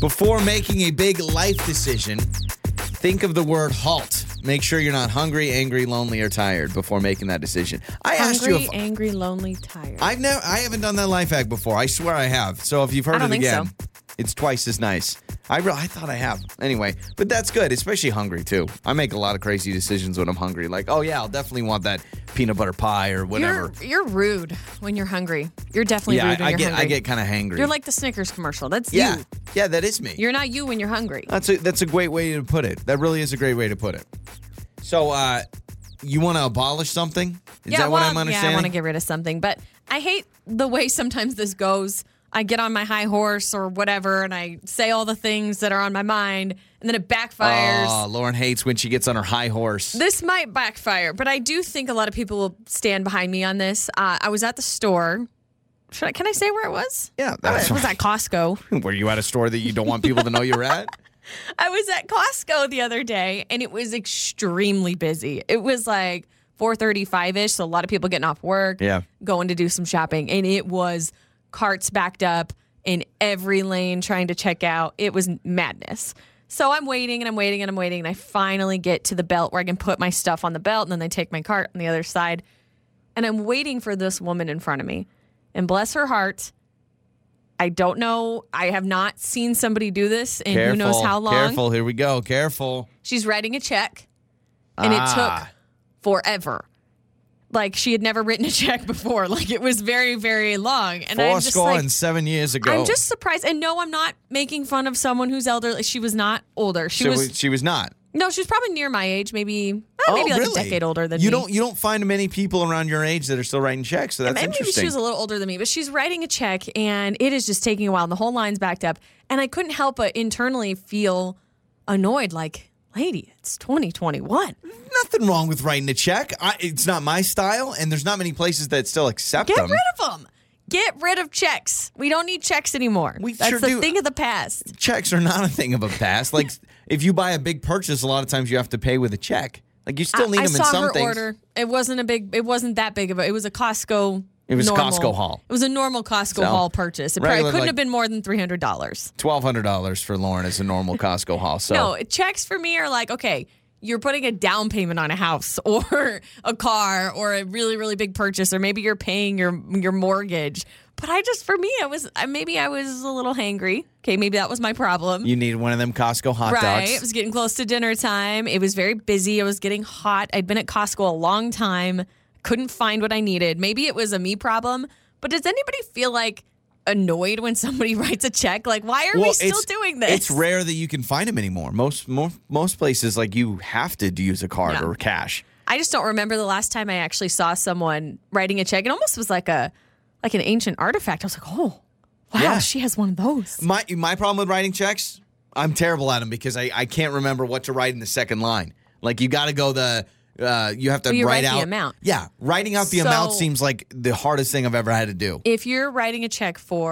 [SPEAKER 2] Before making a big life decision, think of the word halt. Make sure you're not hungry, angry, lonely, or tired before making that decision. I asked you
[SPEAKER 3] Hungry,
[SPEAKER 2] if
[SPEAKER 3] angry, lonely, tired.
[SPEAKER 2] I've never, I haven't done that life hack before. I swear I have. So if you've heard
[SPEAKER 3] I don't
[SPEAKER 2] it
[SPEAKER 3] think
[SPEAKER 2] again, it's twice as nice. I re- I thought I have. Anyway, but that's good, especially hungry too. I make a lot of crazy decisions when I'm hungry. Like, oh yeah, I'll definitely want that peanut butter pie or whatever.
[SPEAKER 3] You're, you're rude when you're hungry. You're definitely
[SPEAKER 2] yeah, I,
[SPEAKER 3] rude when
[SPEAKER 2] I
[SPEAKER 3] you're
[SPEAKER 2] get
[SPEAKER 3] hungry.
[SPEAKER 2] I get kind of hangry.
[SPEAKER 3] You're like the Snickers commercial. That's
[SPEAKER 2] yeah, Uh,
[SPEAKER 3] you.
[SPEAKER 2] yeah, that is me.
[SPEAKER 3] You're not you when you're hungry.
[SPEAKER 2] That's a that's a great way to put it. That really is a great way to put it. So, uh, you want to abolish something? Is
[SPEAKER 3] yeah,
[SPEAKER 2] that
[SPEAKER 3] well,
[SPEAKER 2] what I'm
[SPEAKER 3] yeah, I want to
[SPEAKER 2] understanding?
[SPEAKER 3] get rid of something, but I hate the way sometimes this goes. I get on my high horse or whatever, and I say all the things that are on my mind, and then it backfires.
[SPEAKER 2] Oh, Lauren hates when she gets on her high horse.
[SPEAKER 3] This might backfire, but I do think a lot of people will stand behind me on this. Uh, I was at the store. Should I, can I say where it was?
[SPEAKER 2] yeah,
[SPEAKER 3] I
[SPEAKER 2] that's
[SPEAKER 3] was, was at Costco.
[SPEAKER 2] Were you at a store that you don't want people to know you're at?
[SPEAKER 3] I was at Costco the other day, and it was extremely busy. It was like 4:35 ish, so a lot of people getting off work,
[SPEAKER 2] Yeah.
[SPEAKER 3] going to do some shopping, and it was carts backed up in every lane trying to check out. It was madness. So I'm waiting and I'm waiting and I'm waiting, and I finally get to the belt where I can put my stuff on the belt, and then they take my cart on the other side, and I'm waiting for this woman in front of me, and bless her heart. I don't know. I have not seen somebody do this in who knows how long.
[SPEAKER 2] Careful, here we go. Careful.
[SPEAKER 3] She's writing a check, and it
[SPEAKER 2] Ah.
[SPEAKER 3] took forever. Like she had never written a check before. Like it was very, very long. And
[SPEAKER 2] Four
[SPEAKER 3] I'm just
[SPEAKER 2] score
[SPEAKER 3] like,
[SPEAKER 2] and seven years ago.
[SPEAKER 3] I'm just surprised. And no, I'm not making fun of someone who's elderly. She was not older. She
[SPEAKER 2] So
[SPEAKER 3] was
[SPEAKER 2] she was not.
[SPEAKER 3] no, she was probably near my age, maybe eh, maybe like a decade older than
[SPEAKER 2] Oh, you
[SPEAKER 3] me.
[SPEAKER 2] don't you don't find many people around your age that are still writing checks. So that's
[SPEAKER 3] And maybe
[SPEAKER 2] interesting.
[SPEAKER 3] she was a little older than me, but she's writing a check and it is just taking a while and the whole line's backed up. And I couldn't help but internally feel annoyed like, lady, it's 2021.
[SPEAKER 2] Nothing wrong with writing a check. I, it's not my style, and there's not many places that still accept
[SPEAKER 3] Get
[SPEAKER 2] them.
[SPEAKER 3] rid of them. Get rid of checks. We don't need checks anymore.
[SPEAKER 2] We
[SPEAKER 3] That's
[SPEAKER 2] sure
[SPEAKER 3] the
[SPEAKER 2] do.
[SPEAKER 3] thing of the past.
[SPEAKER 2] checks are not a thing of a past. Like if you buy a big purchase, a lot of times you have to pay with a check. Like you still need
[SPEAKER 3] I
[SPEAKER 2] them
[SPEAKER 3] saw
[SPEAKER 2] in some
[SPEAKER 3] her
[SPEAKER 2] things.
[SPEAKER 3] order. It wasn't a big. It wasn't that big of a. It was a Costco.
[SPEAKER 2] It was
[SPEAKER 3] normal-
[SPEAKER 2] Costco haul.
[SPEAKER 3] It was a normal Costco
[SPEAKER 2] So,
[SPEAKER 3] haul purchase. It probably
[SPEAKER 2] regular,
[SPEAKER 3] couldn't
[SPEAKER 2] like-
[SPEAKER 3] have been more than three hundred dollars.
[SPEAKER 2] Twelve hundred dollars for Lauren is a normal Costco haul. So
[SPEAKER 3] No, checks for me are like okay. You're putting a down payment on a house or a car or a really really big purchase or maybe you're paying your your mortgage. But I just for me I was I- maybe I was a little hangry. Okay, maybe that was my problem.
[SPEAKER 2] You need one of them Costco hot
[SPEAKER 3] Right. It
[SPEAKER 2] dogs.
[SPEAKER 3] was getting close to dinner time. It was very busy. It was getting hot. I'd been at Costco a long time. Couldn't find what I needed. Maybe it was a me problem, but does anybody feel like annoyed when somebody writes a check? Like, why are we still
[SPEAKER 2] it's-
[SPEAKER 3] doing this?
[SPEAKER 2] It's rare that you can find them anymore. Most mo- most places like you have to use a card
[SPEAKER 3] Yeah.
[SPEAKER 2] or cash.
[SPEAKER 3] I just don't remember the last time I actually saw someone writing a check. It almost was like a like an ancient artifact. I was like, oh, wow,
[SPEAKER 2] Yeah.
[SPEAKER 3] she has one of those.
[SPEAKER 2] My my problem with writing checks, I'm terrible at them because I, I can't remember what to write in the second line. Like you got to go the uh, you have to
[SPEAKER 3] Well, you
[SPEAKER 2] write
[SPEAKER 3] write the
[SPEAKER 2] out
[SPEAKER 3] amount.
[SPEAKER 2] Yeah, writing out the amount
[SPEAKER 3] So-
[SPEAKER 2] seems like the hardest thing I've ever had to do.
[SPEAKER 3] If you're writing a check for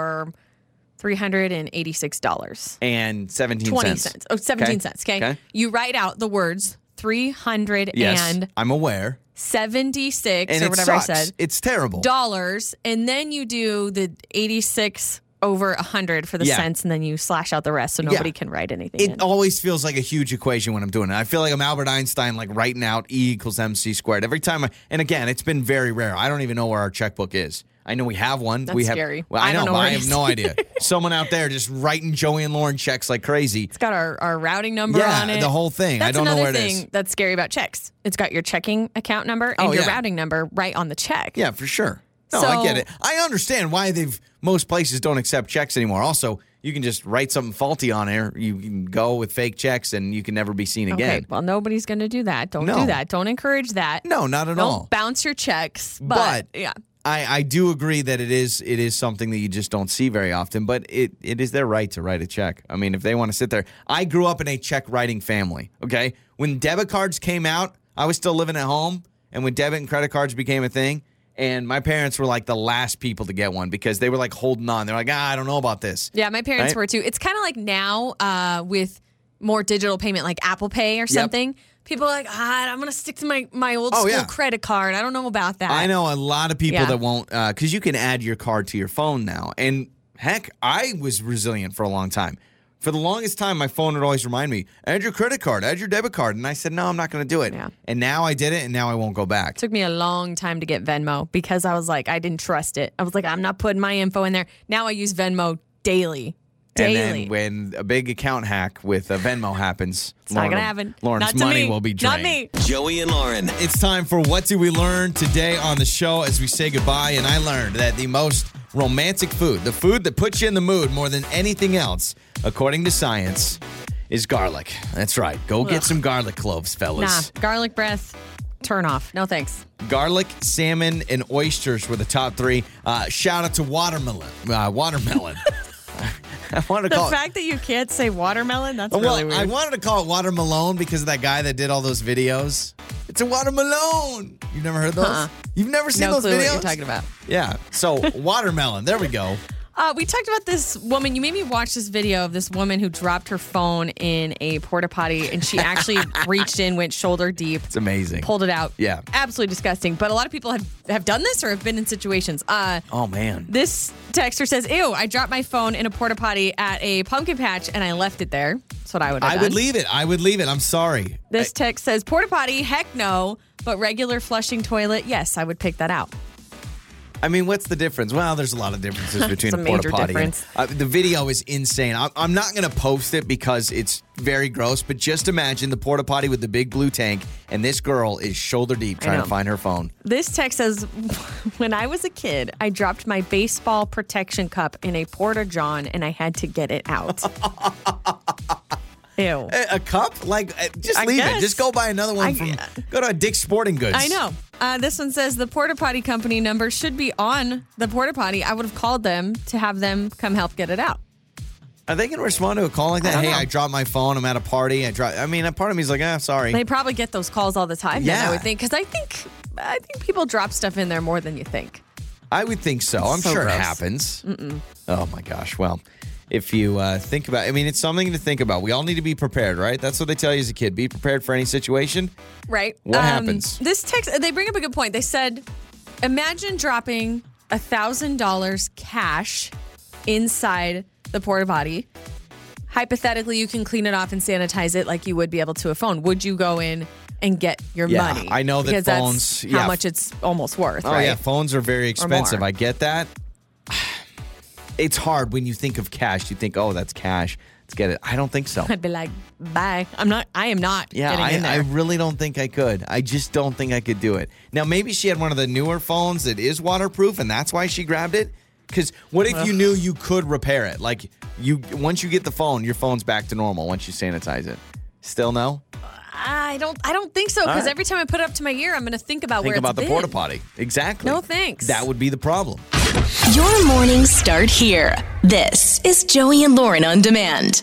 [SPEAKER 3] three hundred and eighty six dollars,
[SPEAKER 2] And 17
[SPEAKER 3] twenty
[SPEAKER 2] cents.
[SPEAKER 3] cents, oh, 17
[SPEAKER 2] Okay.
[SPEAKER 3] cents. Okay?
[SPEAKER 2] Okay.
[SPEAKER 3] you write out the words three hundred
[SPEAKER 2] Yes,
[SPEAKER 3] and
[SPEAKER 2] I'm aware.
[SPEAKER 3] seventy six
[SPEAKER 2] And
[SPEAKER 3] or
[SPEAKER 2] it
[SPEAKER 3] whatever
[SPEAKER 2] sucks.
[SPEAKER 3] I said
[SPEAKER 2] It's terrible.
[SPEAKER 3] dollars, and then you do the eighty six over a hundred for the
[SPEAKER 2] Yeah.
[SPEAKER 3] cents, and then you slash out the rest so nobody can write anything. in.
[SPEAKER 2] It always feels like a huge equation when I'm doing it. I feel like I'm Albert Einstein, like writing out E equals MC squared every time. I, and again, it's been very rare. I don't even know where our checkbook is. I know we have one. we have.
[SPEAKER 3] scary.
[SPEAKER 2] Well, I,
[SPEAKER 3] I
[SPEAKER 2] know,
[SPEAKER 3] don't know
[SPEAKER 2] but
[SPEAKER 3] where
[SPEAKER 2] I
[SPEAKER 3] it
[SPEAKER 2] have
[SPEAKER 3] is.
[SPEAKER 2] no idea. Someone out there just writing Joey and Lauren checks like crazy.
[SPEAKER 3] It's got our, our routing number
[SPEAKER 2] Yeah,
[SPEAKER 3] on it.
[SPEAKER 2] the whole thing. I
[SPEAKER 3] That's
[SPEAKER 2] don't know
[SPEAKER 3] another
[SPEAKER 2] where it
[SPEAKER 3] thing
[SPEAKER 2] is.
[SPEAKER 3] that's scary about checks. It's got your checking account number and
[SPEAKER 2] Oh,
[SPEAKER 3] your
[SPEAKER 2] yeah.
[SPEAKER 3] routing number right on the check.
[SPEAKER 2] Yeah, for sure. No, I get
[SPEAKER 3] So-
[SPEAKER 2] it. I understand why they've most places don't accept checks anymore. Also, you can just write something faulty on there. You can go with fake checks, and you can never be seen
[SPEAKER 3] Okay.
[SPEAKER 2] again.
[SPEAKER 3] Well, nobody's going to do that. Don't
[SPEAKER 2] No.
[SPEAKER 3] do that. Don't encourage that.
[SPEAKER 2] No, not at
[SPEAKER 3] Don't
[SPEAKER 2] all.
[SPEAKER 3] bounce your checks. But,
[SPEAKER 2] But-
[SPEAKER 3] yeah.
[SPEAKER 2] I, I do agree that it is it is something that you just don't see very often, but it, it is their right to write a check. I mean, if they want to sit there, I grew up in a check writing family. Okay, when debit cards came out, I was still living at home, and when debit and credit cards became a thing, and my parents were like the last people to get one because they were like holding on. They're like, ah, I don't know about this.
[SPEAKER 3] Yeah, my parents
[SPEAKER 2] Right?
[SPEAKER 3] were too. It's kind of like now uh, with more digital payment like Apple Pay or something. People are like, ah, I'm going to stick to my, my old
[SPEAKER 2] Oh,
[SPEAKER 3] school
[SPEAKER 2] yeah.
[SPEAKER 3] credit card. I don't know about that.
[SPEAKER 2] I know a lot of people
[SPEAKER 3] Yeah.
[SPEAKER 2] that won't because you can add your card to your phone now. And heck, I was resilient for a long time. For the longest time, my phone would always remind me, add your credit card, add your debit card. And I said, no, I'm not going to do it.
[SPEAKER 3] Yeah.
[SPEAKER 2] And now I did it, and now I won't go back.
[SPEAKER 3] took me a long time to get Venmo because I was like, I didn't trust it. I was like, I'm not putting my info in there. Now I use Venmo daily.
[SPEAKER 2] and
[SPEAKER 3] Daily.
[SPEAKER 2] then when a big account hack with a Venmo happens,
[SPEAKER 3] it's not going to happen.
[SPEAKER 2] Lauren's
[SPEAKER 3] not to
[SPEAKER 2] money
[SPEAKER 3] me.
[SPEAKER 2] will be drained.
[SPEAKER 3] Not me.
[SPEAKER 7] Joey and Lauren.
[SPEAKER 2] It's time for What Do We Learn today on the show as we say goodbye. And I learned that the most romantic food, the food that puts you in the mood more than anything else, according to science, is garlic. That's right. Go get some garlic cloves,
[SPEAKER 3] Nah.
[SPEAKER 2] fellas.
[SPEAKER 3] Garlic breath, turn off. No thanks.
[SPEAKER 2] Garlic, salmon, and oysters were the top three. Uh, shout out to watermelon. Uh, watermelon. I wanted to
[SPEAKER 3] The
[SPEAKER 2] call it.
[SPEAKER 3] fact that you can't say watermelon, that's
[SPEAKER 2] Well,
[SPEAKER 3] really weird.
[SPEAKER 2] I wanted to call it Water Malone because of that guy that did all those videos. It's a Water Malone. You've never heard those?
[SPEAKER 3] Uh-uh.
[SPEAKER 2] You've never seen
[SPEAKER 3] no
[SPEAKER 2] those
[SPEAKER 3] clue
[SPEAKER 2] videos?
[SPEAKER 3] what you're talking about.
[SPEAKER 2] Yeah. So watermelon. There we go.
[SPEAKER 3] Uh, we talked about this woman. You made me watch this video of this woman who dropped her phone in a porta potty and she actually reached in, went shoulder deep,
[SPEAKER 2] It's amazing.
[SPEAKER 3] pulled it out.
[SPEAKER 2] Yeah.
[SPEAKER 3] Absolutely disgusting. But a lot of people have, have done this or have been in situations. Uh,
[SPEAKER 2] Oh man.
[SPEAKER 3] This texter says, Ew, I dropped my phone in a porta potty at a pumpkin patch and I left it there. That's what I would have
[SPEAKER 2] I
[SPEAKER 3] done.
[SPEAKER 2] would leave it. I would leave it. I'm sorry.
[SPEAKER 3] This text says, Porta potty, heck no, but regular flushing toilet, yes, I would pick that out.
[SPEAKER 2] I mean, what's the difference? Well, there's a lot of differences between
[SPEAKER 3] a
[SPEAKER 2] a porta
[SPEAKER 3] major
[SPEAKER 2] potty. and-
[SPEAKER 3] difference.
[SPEAKER 2] uh, the video is insane. I'm, I'm not going to post it because it's very gross. But just imagine the porta potty with the big blue tank, and this girl is shoulder deep trying to
[SPEAKER 3] know.
[SPEAKER 2] find her phone.
[SPEAKER 3] This text says, When I was a kid, I dropped my baseball protection cup in a porta john and I had to get it out. Ew.
[SPEAKER 2] A, a cup? Like, uh, just
[SPEAKER 3] I
[SPEAKER 2] leave it.
[SPEAKER 3] guess.
[SPEAKER 2] Just go buy another one
[SPEAKER 3] I- uh,
[SPEAKER 2] from. Go to Dick's Sporting Goods.
[SPEAKER 3] I know. Uh, this one says the porta potty company number should be on the porta potty. I would have called them to have them come help get it out.
[SPEAKER 2] Are they going to respond to a call like that?
[SPEAKER 3] don't
[SPEAKER 2] hey,
[SPEAKER 3] know.
[SPEAKER 2] I dropped my phone. I'm at a party. I dropped. I mean, a part of me's like, ah, sorry.
[SPEAKER 3] They probably get those calls all the time. Yeah,
[SPEAKER 2] Yeah.
[SPEAKER 3] I would think because I think I think people drop stuff in there more than you think.
[SPEAKER 2] I would think so. I'm
[SPEAKER 3] So
[SPEAKER 2] sure it
[SPEAKER 3] gross.
[SPEAKER 2] happens. Oh my gosh. Well, if you uh, think about, I mean, it's something to think about. We all need to be prepared, right? That's what they tell you as a kid: be prepared for any situation.
[SPEAKER 3] Right? Um,
[SPEAKER 2] What happens?
[SPEAKER 3] This text they bring up a good point. They said, imagine dropping a thousand dollars cash inside the porta potty. Hypothetically, you can clean it off and sanitize it like you would be able to a phone. Would you go in and get your
[SPEAKER 2] Yeah,
[SPEAKER 3] money?
[SPEAKER 2] I know that
[SPEAKER 3] because
[SPEAKER 2] phones-
[SPEAKER 3] That's how
[SPEAKER 2] yeah.
[SPEAKER 3] much it's almost worth.
[SPEAKER 2] Oh
[SPEAKER 3] right?
[SPEAKER 2] yeah, phones are very expensive.
[SPEAKER 3] more.
[SPEAKER 2] I get that. It's hard when you think of cash. You think, oh, that's cash. Let's get it. I don't think so.
[SPEAKER 3] I'd be like, bye. I'm not. I am not.
[SPEAKER 2] Yeah,
[SPEAKER 3] getting in
[SPEAKER 2] I,
[SPEAKER 3] there.
[SPEAKER 2] I really don't think I could. I just don't think I could do it. Now, maybe she had one of the newer phones that is waterproof, and that's why she grabbed it. Because what if you knew you could repair it? Like you, once you get the phone, your phone's back to normal once you sanitize it. Still no?
[SPEAKER 3] I don't. I don't think so. Because
[SPEAKER 2] right.
[SPEAKER 3] every time I put it up to my ear, I'm going to think about
[SPEAKER 2] Think
[SPEAKER 3] where
[SPEAKER 2] about
[SPEAKER 3] it's
[SPEAKER 2] the
[SPEAKER 3] been.
[SPEAKER 2] porta potty. Exactly.
[SPEAKER 3] No, thanks.
[SPEAKER 2] That would be the problem.
[SPEAKER 1] Your mornings start here. This is Joey and Lauren on demand.